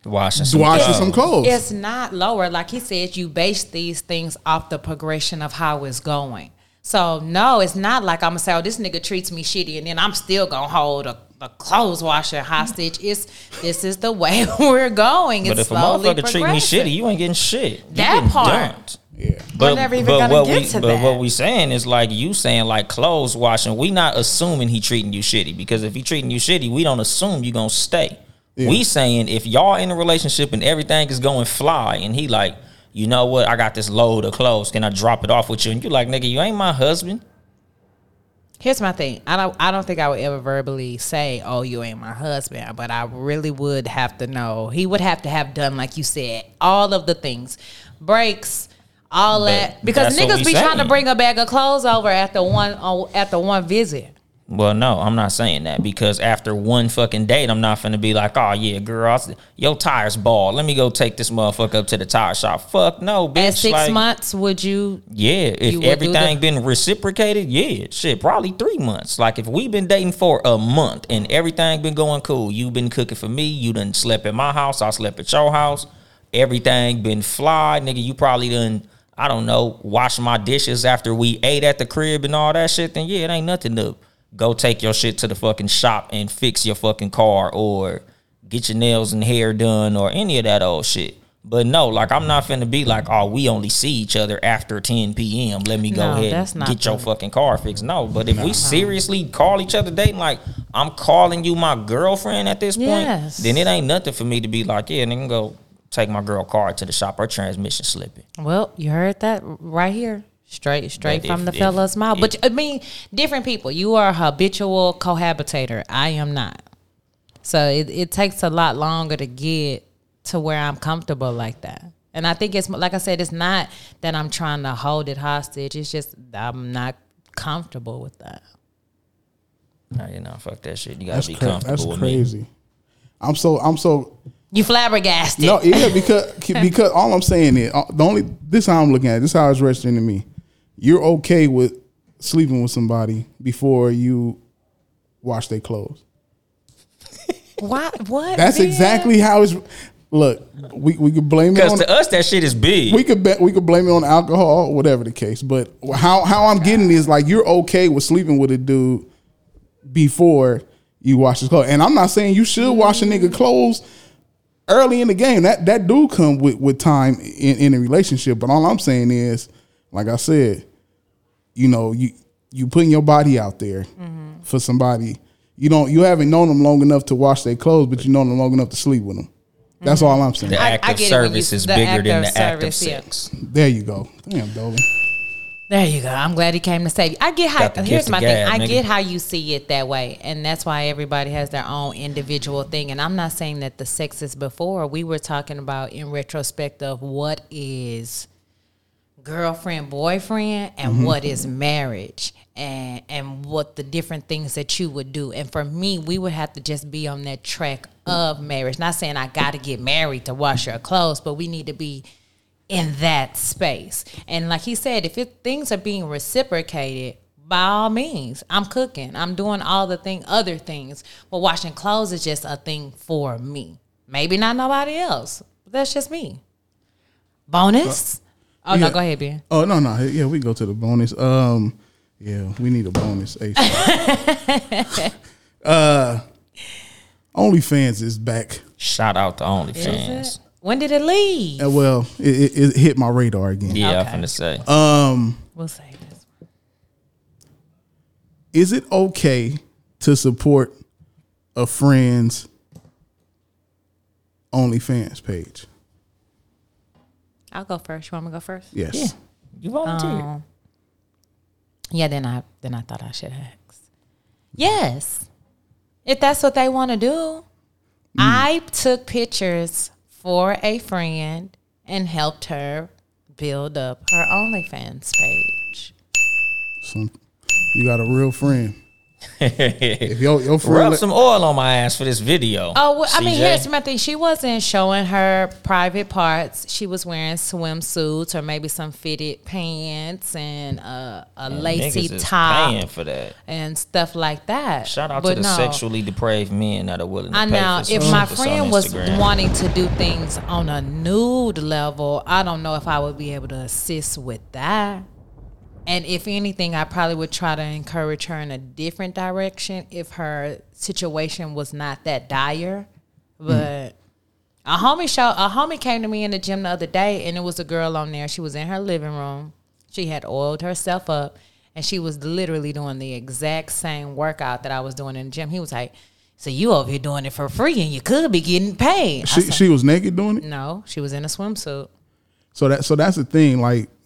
Washing some
washing
clothes.
some clothes?
It's not lower. Like he said, you base these things off the progression of how it's going. So no, it's not like I'm gonna say, oh, this nigga treats me shitty and then I'm still gonna hold a, a clothes washer hostage. It's this is the way we're going.
But
It's
if a
slowly
motherfucker treat me
progressing.
shitty, you ain't getting shit. You
That
getting
part.
dumped.
yeah.
But,
never even
but
gonna
what
get
we
to
but
that.
what we saying is like you saying like clothes washing. We not assuming he treating you shitty because if he treating you shitty, we don't assume you gonna stay. We saying if y'all in a relationship and everything is going fly and he like, you know what, I got this load of clothes, can I drop it off with you? And you like, nigga, you ain't my husband.
Here's my thing. I don't. I don't think I would ever verbally say, "Oh, you ain't my husband," but I really would have to know. He would have to have done, like you said, all of the things, breaks, all
But
that, because
that's what
niggas
we
be trying to
saying.
bring a bag of clothes over at the one oh, at the one visit.
Well, no, I'm not saying that because after one fucking date, I'm not finna be like, oh yeah, girl, I s- your tires bald. Let me go take this motherfucker up to the tire shop. Fuck no, bitch.
At six
like-
months, would you?
Yeah,
You
if
will do
everything
the-
been reciprocated, yeah, shit, probably three months. Like if we've been dating for a month and everything been going cool, you been cooking for me, you done slept at my house, I slept at your house, everything been fly, nigga. You probably done, I don't know, wash my dishes after we ate at the crib and all that shit. Then yeah, it ain't nothing to go take your shit to the fucking shop and fix your fucking car or get your nails and hair done or any of that old shit. But no, like I'm not finna be like, oh, we only see each other after 10 p.m. Let me go
No,
ahead
that's
and
not
get your
the-
fucking car fixed. No, but if we seriously call each other dating, like I'm calling you my girlfriend at this
Yes.
point, then it ain't nothing for me to be like, yeah, nigga, go take my girl car to the shop. Her transmission slipping.
Well, you heard that right here, straight straight
But
from
if-
the
if-
fella's mouth. But
if-
I mean, different people. You are a habitual cohabitator. I am not. So it, it takes a lot longer to get to where I'm comfortable like that. And I think it's like I said, it's not that I'm trying to hold it hostage. It's just I'm not comfortable with that.
Nah, you know, fuck that shit. You gotta
That's,
be
cra-
comfortable
that's
with me.
crazy. I'm so I'm so
You flabbergasted.
no yeah because because all I'm saying is uh, the only this how I'm looking at it, this how it's registering to me. You're okay with sleeping with somebody before you wash their clothes.
Why? What?
That's
man?
exactly how it's. Look, we we could blame it
Because
on
to us, that shit is big.
we could bet we could blame it on alcohol, whatever the case. But how how I'm getting is like you're okay with sleeping with a dude before you wash his clothes, and I'm not saying you should wash a nigga clothes early in the game. That that do come with with time in in a relationship. But all I'm saying is, like I said, you know you you putting your body out there for somebody. You don't you haven't known them long enough to wash their clothes, but you know them long enough to sleep with them. That's all I'm saying.
the act
I
of
get it when you-
service is
the
bigger
act
than the
of
act of
service, yeah.
sex.
There you go. Damn, Dolan.
There you go. I'm glad he came to save you. I get how
Got the gift
here's
of
my
gab,
thing. I
nigga.
get how you see it that way, and that's why everybody has their own individual thing. And I'm not saying that the sex is before. We were talking about in retrospect of what is girlfriend boyfriend and what is marriage and and what the different things that you would do and for me we would have to just be on that track of marriage not saying i gotta get married to wash your clothes but we need to be in that space and like he said if it, things are being reciprocated by all means i'm cooking i'm doing all the thing other things but washing clothes is just a thing for me maybe not nobody else but that's just me bonus oh
yeah.
no go ahead ben
Oh no no yeah we go to the bonus. Um yeah we need a bonus. ASAP. uh, OnlyFans is back.
Shout out to OnlyFans.
When did it leave?
Uh, well it, it, it hit my radar again.
Yeah,
Okay.
I'm finna say.
Um,
We'll say this.
is it okay to support a friend's OnlyFans page.
I'll go first. You want me to go first?
Yes. Oh.
Yeah. You volunteered.
Um, yeah, then I then I thought I should ask. Yes, if that's what they want to do, I took pictures for a friend and helped her build up her OnlyFans page.
Some, you got a real friend. if your, your friend,
Rub
let-
some oil on my ass for this video.
Oh, well, I mean,
CJ.
here's my thing. She wasn't showing her private parts. She was wearing swimsuits or maybe some fitted pants and uh, a lacy
Niggas is
top
paying for that.
and stuff like that.
Shout out
But
to the
no.
sexually depraved men that are willing to
I
pay
know
for some
if my
shit that's on
friend was
Instagram.
wanting to do things on a nude level, I don't know if I would be able to assist with that. And if anything, I probably would try to encourage her in a different direction if her situation was not that dire. But a homie show a homie came to me in the gym the other day and it was a girl on there. She was in her living room. She had oiled herself up and she was literally doing the exact same workout that I was doing in the gym. He was like, So you over here doing it for free and you could be getting paid. I
she,
said,
she was naked doing it.
no, she was in a swimsuit.
So that so that's the thing. Like,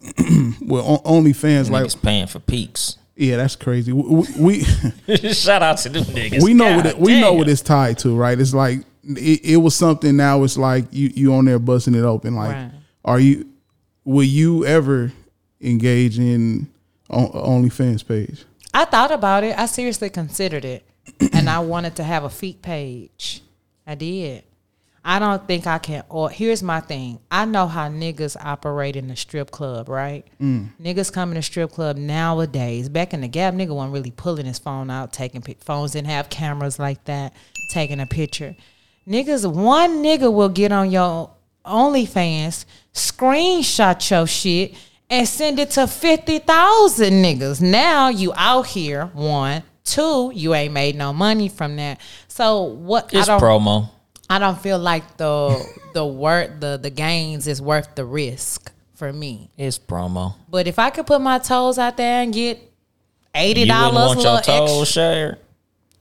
well, on, OnlyFans, like,
niggas paying for peaks.
yeah, that's crazy. We we,
Shout out to them niggas.
we know what
God
it, we know
damn.
what it's tied to, right? It's like it, it was something. Now it's like you you on there busting it open. Like,
Right.
are you? Will you ever engage in on, OnlyFans page?
I thought about it. I seriously considered it. and I wanted to have a feet page. I did. I don't think I can or here's my thing. I know how niggas operate in the strip club, right? Niggas come in the strip club nowadays. Back in the gap, nigga wasn't really pulling his phone out, taking pic- phones didn't have cameras like that, taking a picture. Niggas, one nigga will get on your OnlyFans, screenshot your shit, and send it to 50,000 niggas. Now you out here, one. Two, you ain't made no money from that. So what?
It's promo.
I don't feel like the the worth the the gains is worth the risk for me.
It's promo.
But if I could put my toes out there and get eighty
You wouldn't
dollars,
want
little
your
extra,
toes shared.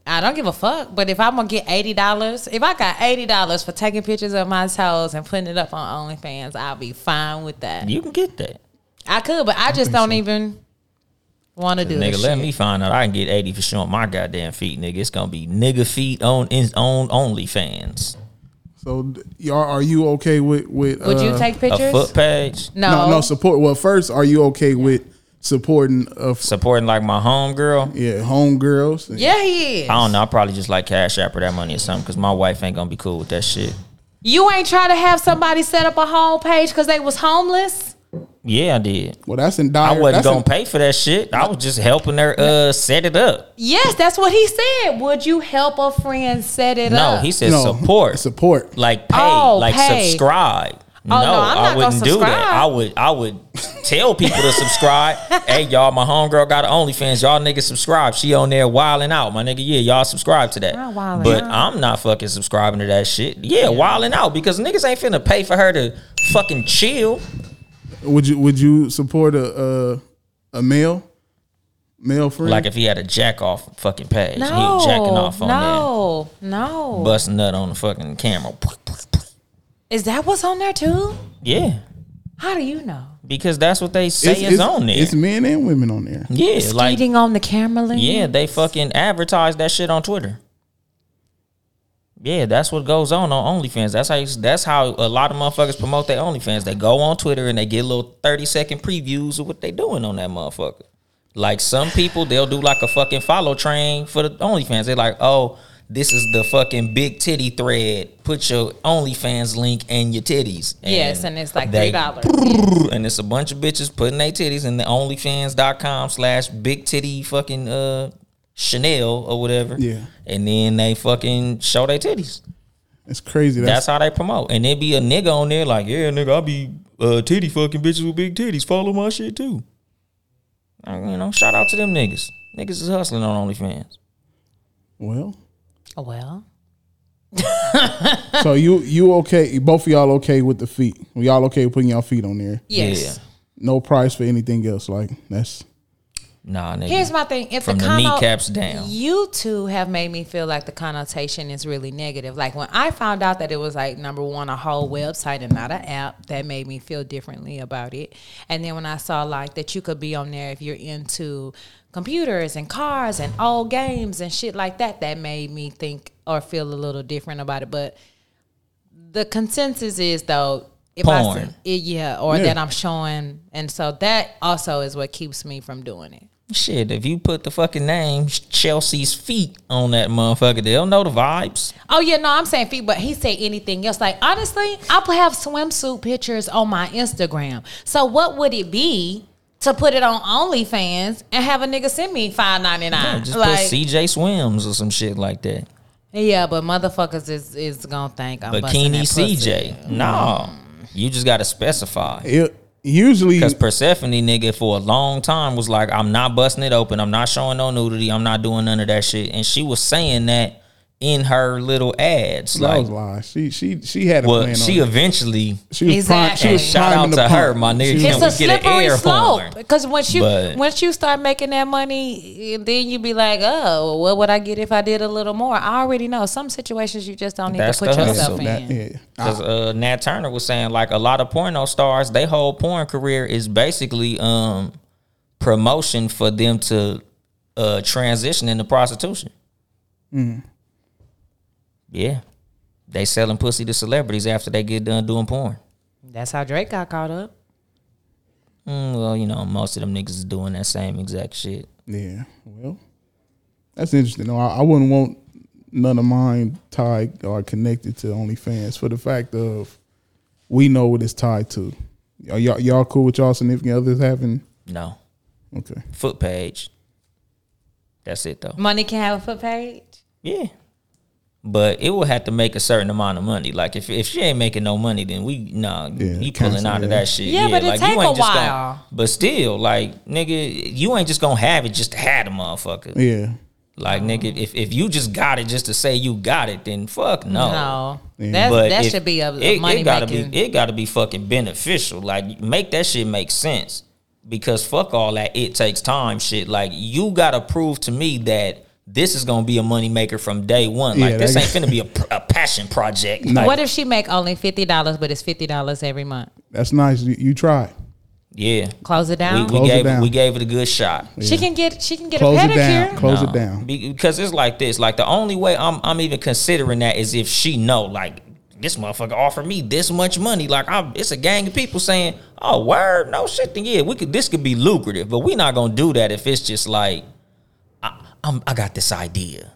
I don't give a fuck. But if I'm gonna get eighty dollars, if I got eighty dollars for taking pictures of my toes and putting it up on OnlyFans, I'll be fine with that.
You can get that.
I could, but I just don't even want to do
Nigga,
this
let
shit.
me find out. I can get eighty for showing my goddamn feet, nigga. It's gonna be nigga feet on in- on OnlyFans.
So, d- y'all, are you okay with with?
Would you
uh,
take
A
pictures?
foot page
No,
no,
no support. Well, first, are you okay with supporting of
supporting like my homegirl.
yeah homegirls? And-
Yeah, he is.
I don't know. I probably just like cash app her that money or something because my wife ain't gonna be cool with that shit.
You ain't try to have somebody set up a home page because they was homeless.
Yeah, I did.
Well, that's in
I
dire.
wasn't
that's in-
gonna pay for that shit. I was just helping her uh set it up.
Yes, that's what he said. Would you help a friend set it
No,
up?
he said
No,
support,
support.
like pay,
Oh,
like
pay. Oh,
subscribe.
no,
no,
I'm not
I wouldn't
gonna
do that.
subscribe.
I would, I would tell people to subscribe. hey, y'all, my homegirl got an OnlyFans. Y'all niggas subscribe. She on there wilding out, my nigga. Yeah, y'all subscribe to that.
Not wilding
but
out.
I'm not fucking subscribing to that shit. Yeah, wilding out because niggas ain't finna pay for her to fucking chill.
Would you would you support a a, a male male friend?
Like if he had a jack off fucking page,
no,
he jacking off on there,
no, no.
bust nut on the fucking camera.
Is that what's on there too?
Yeah,
How do you know?
because that's what they say
it's,
is on there.
It's men and women on there.
yeah, like
Eating on the camera lens.
Yeah, they fucking advertise that shit on Twitter. Yeah, that's what goes on on OnlyFans. That's how you, that's how a lot of motherfuckers promote their OnlyFans. They go on Twitter and they get little 30 second previews of what they doing on that motherfucker. Like some people, they'll do like a fucking follow train for the OnlyFans. They're like, oh, this is the fucking big titty thread. Put your OnlyFans link and your titties. And
Yes, and it's like
they-
three dollars.
and it's a bunch of bitches putting their titties in the onlyfans.com slash big titty fucking uh Chanel or whatever.
Yeah.
And then they fucking show their titties.
It's crazy.
That's
That's,
how they promote. And there be a nigga on there like, yeah, nigga, I be uh, titty fucking bitches with big titties. Follow my shit too. Uh, you know, shout out to them niggas. Niggas is hustling on OnlyFans.
well.
Oh, Well,
so you you okay? Both of y'all okay with the feet? Y'all okay with putting y'all feet on there?
yes.
Yeah.
No price for anything else. Like that's
Nah, nigga.
Here's my thing. If
From the
conno-
kneecaps down.
you two have made me feel like the connotation is really negative. Like when I found out that it was like number one a whole website and not an app, that made me feel differently about it. And then when I saw like that you could be on there if you're into computers and cars and old games and shit like that, that made me think or feel a little different about it. But the consensus is though if I
Porn.
see it, yeah, or
Yeah.
that I'm showing, and so that also is what keeps me from doing it.
Shit, if you put the fucking name Chelsea's feet on that motherfucker, they'll know the vibes.
Oh yeah, no, I'm saying feet, but he say anything else. Like honestly, I put- have swimsuit pictures on my Instagram. So what would it be to put it on OnlyFans and have a nigga send me five ninety
Yeah,
nine?
just
Like
put CJ Swims or some shit like that.
yeah, but motherfuckers is is gonna think I'm
Bikini
busting that pussy.
CJ. No. You just gotta specify.
It, usually,
Because Persephone, nigga, for a long time was like, I'm not busting it open. I'm not showing no nudity. I'm not doing none of that shit. And she was saying that in her little ads.
that
Like,
was lying. She she she had a
well,
plan.
she
on it.
eventually
she was prime,
Exactly.
she was
And shout
priming
out
the
to her,
pump.
my nigga.
She
Can
It's
was-
we
a
get an
slippery
air horn?
slope because once you
But-
once you start making that money, eh, then you be like, oh, what would I get if I did a little more? I already know some situations you just don't need
That's
to put
the
yourself
hustle.
in.
that, yeah.
Because uh, Nat Turner was saying like a lot of porno stars, they whole porn career is basically um promotion for them to uh transition into prostitution. Yeah, they selling pussy to celebrities after they get done doing porn.
That's how Drake got caught up.
Mm, well, you know, most of them niggas is doing that same exact shit.
Yeah. Well, that's interesting. No, I, I wouldn't want none of mine tied or connected to OnlyFans for the fact of we know what it's tied to. Are y'all y'all cool with y'all significant others having?
No
Okay.
foot page. That's it though.
Money can have a foot page.
Yeah. But it will have to make a certain amount of money. Like if if she ain't making no money, then we nah,
Yeah,
you pulling
cancel,
out of
yeah.
that shit.
Yeah, but it
like, you
take
ain't
a
just gonna-
while.
but still, like nigga, you ain't just gonna have it just to have the motherfucker.
Yeah.
Like nigga, if if you just got it just to say you got it, then fuck no.
No,
Yeah.
That's,
But
that
if-
should be a, a
it,
money
it gotta
making.
be it gotta be fucking beneficial. Like make that shit make sense. Because fuck all that it takes time shit. Like you gotta prove to me that this is gonna be a moneymaker from day one. Like
Yeah,
this
that-
ain't finna be a, pr- a passion project. Like,
what if she make only fifty dollars, but it's fifty dollars every month?
That's nice. You, you tried.
yeah.
Close it
We,
down.
we
Close it
gave it
down.
we gave it a good shot.
she can get she can get
Close
a
it
pedicure.
down. Close
No.
it down.
Be- because it's like this. Like the only way I'm I'm even considering that is if she know like this motherfucker offered me this much money. Like I'm, it's a gang of people saying, "Oh word, no shit." Then yeah, we could this could be lucrative, but we not gonna do that if it's just like I, I'm I got this idea.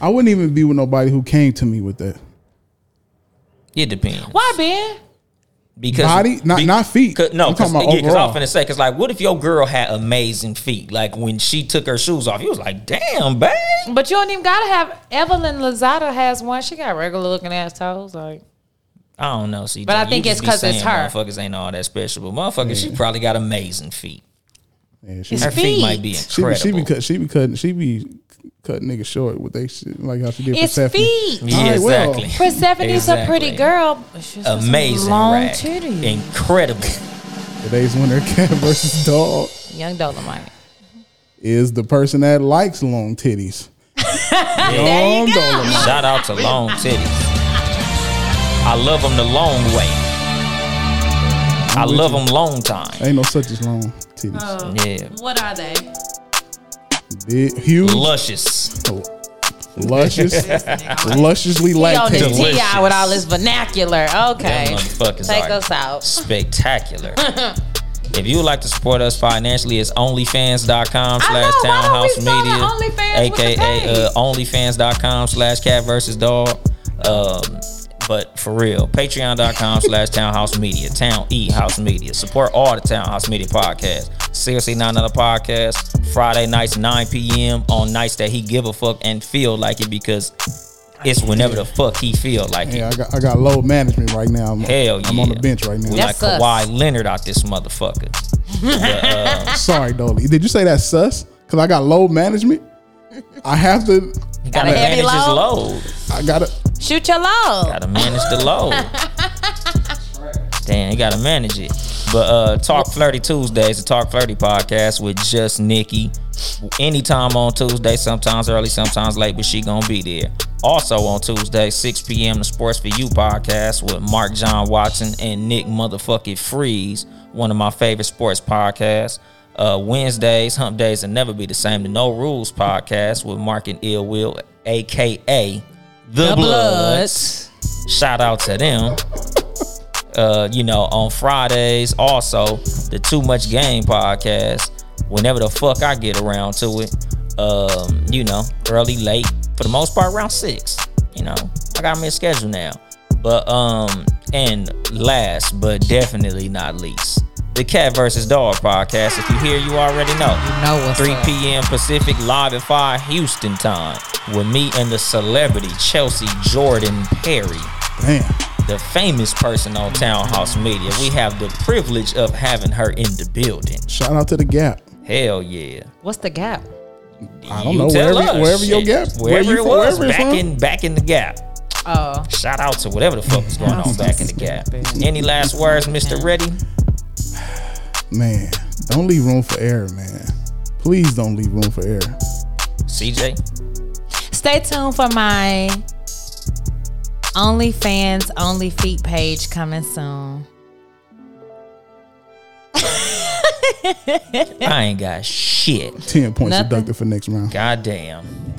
I wouldn't even be with nobody who came to me with that.
It depends.
Why, Ben?
Because
Body? Not- not feet.
'cause- no,
I'm
because
talking about
I was
overall.
finna say, because like, what if your girl had amazing feet? Like when she took her shoes off, you was like, "Damn, babe."
But you don't even gotta have Evelyn Lozada has one. She got regular looking ass toes. Like
I don't know, CJ.
But I
You
think
just
it's
be
'cause it's
saying
her.
Motherfuckers ain't all that special, but motherfuckers, she probably got amazing feet.
Yeah, she,
It's
Her feet, might be
Feet.
she,
incredible.
be- she be cut, she be cutting she be cutting niggas short with they shit like how she did
it's
Persephone.
feet.
yeah,
All right, well.
exactly.
Persephone's a pretty
Exactly.
girl. but she's got some
Amazing,
long
rack.
titties.
incredible.
Today's winner, cat versus dog,
Young Dolomite.
is the person that likes long titties.
Long Dolomite. Shout out to long titties. I love them the long way. I
with
love
you.
them long time.
Ain't no such as long titties.
Oh.
Yeah,
What are they?
Big, huge,
luscious.
luscious, lusciously
He on his
lactated.
Delicious.
Ti with all his vernacular.
Them
Okay,
motherfuckers
take
are
us out.
Spectacular. If you would like to support us financially, it's onlyfans.com
I know,
slash
why don't
townhouse
we follow
media,
OnlyFans with the
aka
page?
uh, onlyfans.com slash cat versus dog. Um, but for real, patreon.com slash townhouse media, town e house media. Support all the townhouse media podcasts. Seriously, not another podcast. Friday nights, 9 p.m. on nights that he give a fuck and feel like it because it's whenever the fuck he feel like it.
Yeah, I got I got low management right now. I'm,
Hell
I'm on the
yeah.
bench right now.
We like
That's us.
Kawhi Leonard out this motherfucker.
Sorry, Dolly. Did you say that sus? Because I got low management. I have to.
Gotta manage
heavy
his
load?
load.
I gotta.
Shoot your load.
Gotta manage the load. Damn, you gotta manage it. But uh, Talk Flirty Tuesdays, the Talk Flirty podcast with just Nikki. Anytime on Tuesday, sometimes early, sometimes late, but she gonna be there. Also on Tuesday, 6 p.m., the Sports for You podcast with Mark John Watson and Nick Motherfucking Freeze, one of my favorite sports podcasts. Uh, Wednesdays, Hump Days, and Never Be the Same, the No Rules podcast with Mark and Ill Will, aka The, Bloods. Shout out to them uh, you know, on Fridays. Also, the Too Much Game podcast. Whenever the fuck I get around to it, um, you know, early, late, for the most part, around six. You know, I got me a schedule now. But um, and last but definitely not least, the Cat versus Dog podcast. If you hear, you already know.
know what's
3
up.
p.m. Pacific, live at 5 Houston time, with me and the celebrity Chelsea Jordan Perry
Damn.
the famous person on Townhouse Media. We have the privilege of having her in the building.
Shout out to the Gap.
Hell yeah!
What's the gap?
I don't know, wherever- wherever your gap- where
wherever
you
it
from,
was,
wherever it's
back
from.
in back in the gap.
Oh,
Shout out to whatever the fuck was going on back in the gap. Any last words, Mister Ready?
Man, don't leave room for error, man. Please don't leave room for error.
CJ,
Stay tuned for my OnlyFans Only Feet page coming soon.
I ain't got shit.
Ten points
Nothing.
deducted for next round.
Goddamn.